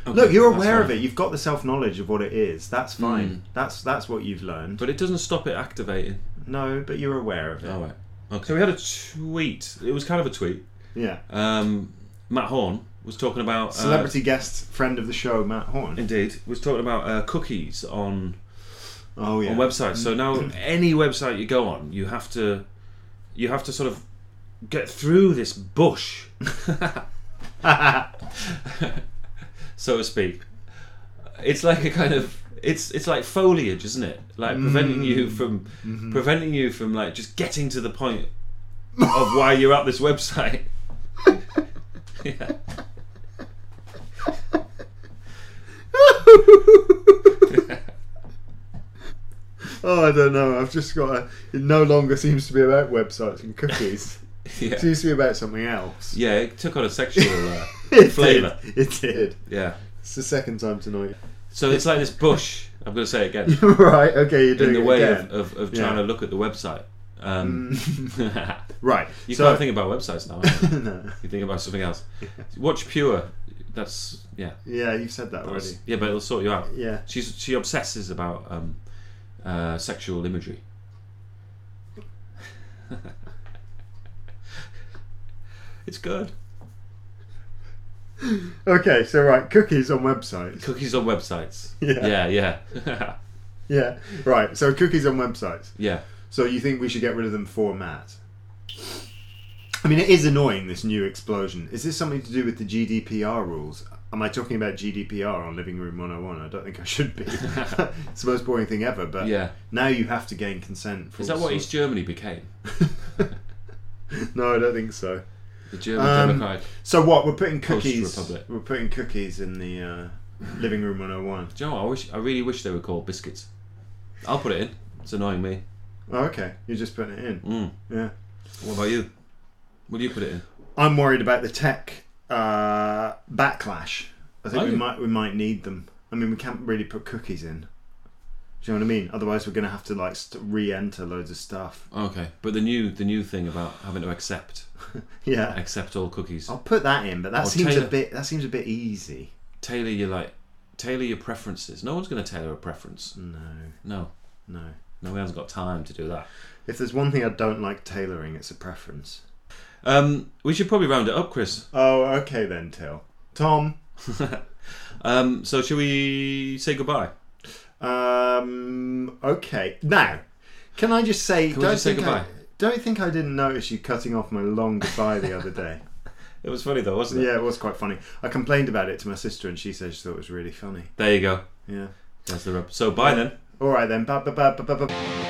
Speaker 2: Look,
Speaker 1: Okay,
Speaker 2: you're
Speaker 1: that's
Speaker 2: aware of
Speaker 1: fine. Hmm.
Speaker 2: it. You've got the self knowledge of what it is. That's fine. That's that's what you've learned.
Speaker 1: but it doesn't stop it activating.
Speaker 2: No, but you're aware of it.
Speaker 1: All right. Okay. So we had a tweet. It was kind of a tweet.
Speaker 2: Yeah.
Speaker 1: Um, Matt Horn was talking about uh,
Speaker 2: Celebrity guest friend of the show, Matt Horn.
Speaker 1: Indeed, was talking about uh, cookies on
Speaker 2: Oh yeah.
Speaker 1: on websites. So now any website you go on, you have to you have to sort of get through this bush, [laughs] so to speak. It's like a kind of it's it's like foliage, isn't it? Like preventing you from preventing you from like just getting to the point of why you're at this website. [laughs] yeah.
Speaker 2: [laughs] oh, I don't know. I've just got. A, it no longer seems to be about websites and cookies.
Speaker 1: [laughs] yeah.
Speaker 2: It seems to be about something else.
Speaker 1: Yeah, it took on a sexual uh,
Speaker 2: [laughs] It
Speaker 1: flavour.
Speaker 2: did. It did.
Speaker 1: Yeah.
Speaker 2: It's the second time tonight. [laughs]
Speaker 1: So it's like this bush. I'm going to say it again.
Speaker 2: right. Okay. You're doing
Speaker 1: in the
Speaker 2: it
Speaker 1: way
Speaker 2: again.
Speaker 1: of, of, of
Speaker 2: Yeah.
Speaker 1: trying to look at the website. Um, [laughs]
Speaker 2: right.
Speaker 1: you
Speaker 2: so,
Speaker 1: can't think about websites now. are you?
Speaker 2: [laughs] no.
Speaker 1: you think about something else. Watch Pure. That's yeah.
Speaker 2: Yeah, you've said that already.
Speaker 1: That's- yeah, but it'll sort you out.
Speaker 2: Yeah.
Speaker 1: She's she obsesses about um, uh, sexual imagery. [laughs] it's good.
Speaker 2: Okay. So right, cookies on websites. [laughs]
Speaker 1: Cookies on websites.
Speaker 2: Yeah.
Speaker 1: Yeah, yeah,
Speaker 2: Yeah. Right. So cookies on websites.
Speaker 1: yeah. [laughs]
Speaker 2: So you think we should get rid of them for Matt? I mean, it is annoying this new explosion. Is this something to do with the GDPR rules? Am I talking about GDPR on Living Room 101? I don't think I should be. [laughs] it's the most boring thing ever, but
Speaker 1: Yeah.
Speaker 2: now you have to gain consent. For
Speaker 1: Is that
Speaker 2: all
Speaker 1: what
Speaker 2: sorts-
Speaker 1: East Germany became?
Speaker 2: [laughs] No, I don't think so.
Speaker 1: The German
Speaker 2: Um,
Speaker 1: Democratic.
Speaker 2: So what? We're putting cookies.
Speaker 1: Post-Republic.
Speaker 2: We're putting cookies in the uh, Living Room 101.
Speaker 1: Do you know what? I wish I really wish they were called biscuits. I'll put it in. It's annoying me.
Speaker 2: Oh, okay. You're just putting it in.
Speaker 1: Mm.
Speaker 2: Yeah.
Speaker 1: What about you? Will you put it in?
Speaker 2: I'm worried about the tech uh, backlash. I think
Speaker 1: Are
Speaker 2: we
Speaker 1: you?
Speaker 2: might we might need them. I mean, we can't really put cookies in. Do you know what I mean? Otherwise, we're going to have to like st- re-enter loads of stuff. [laughs]
Speaker 1: Okay, but the new the new thing about having to accept
Speaker 2: Yeah,
Speaker 1: accept all cookies.
Speaker 2: I'll put that in, but that
Speaker 1: Or
Speaker 2: seems a
Speaker 1: Taylor.
Speaker 2: bit that seems a bit easy.
Speaker 1: Tailor your like tailor your preferences. No one's going to tailor a preference.
Speaker 2: No,
Speaker 1: No,
Speaker 2: no.
Speaker 1: no one has got time to do that.
Speaker 2: If there's one thing I don't like tailoring, it's a preference.
Speaker 1: Um, we should probably round it up, Chris.
Speaker 2: Oh, okay then, Till. Tom,
Speaker 1: Um, so shall we say goodbye?
Speaker 2: Um. Okay. Now, can I just say?
Speaker 1: we just say
Speaker 2: think I,
Speaker 1: goodbye?
Speaker 2: don't think I didn't notice you cutting off my long goodbye the other day.
Speaker 1: It [laughs] was funny though, wasn't it?
Speaker 2: yeah, it was quite funny. I complained about it to my sister, and she said she thought it was really funny.
Speaker 1: There you go.
Speaker 2: Yeah.
Speaker 1: That's the rub. So bye then.
Speaker 2: All right then. Ba ba ba ba ba. ba.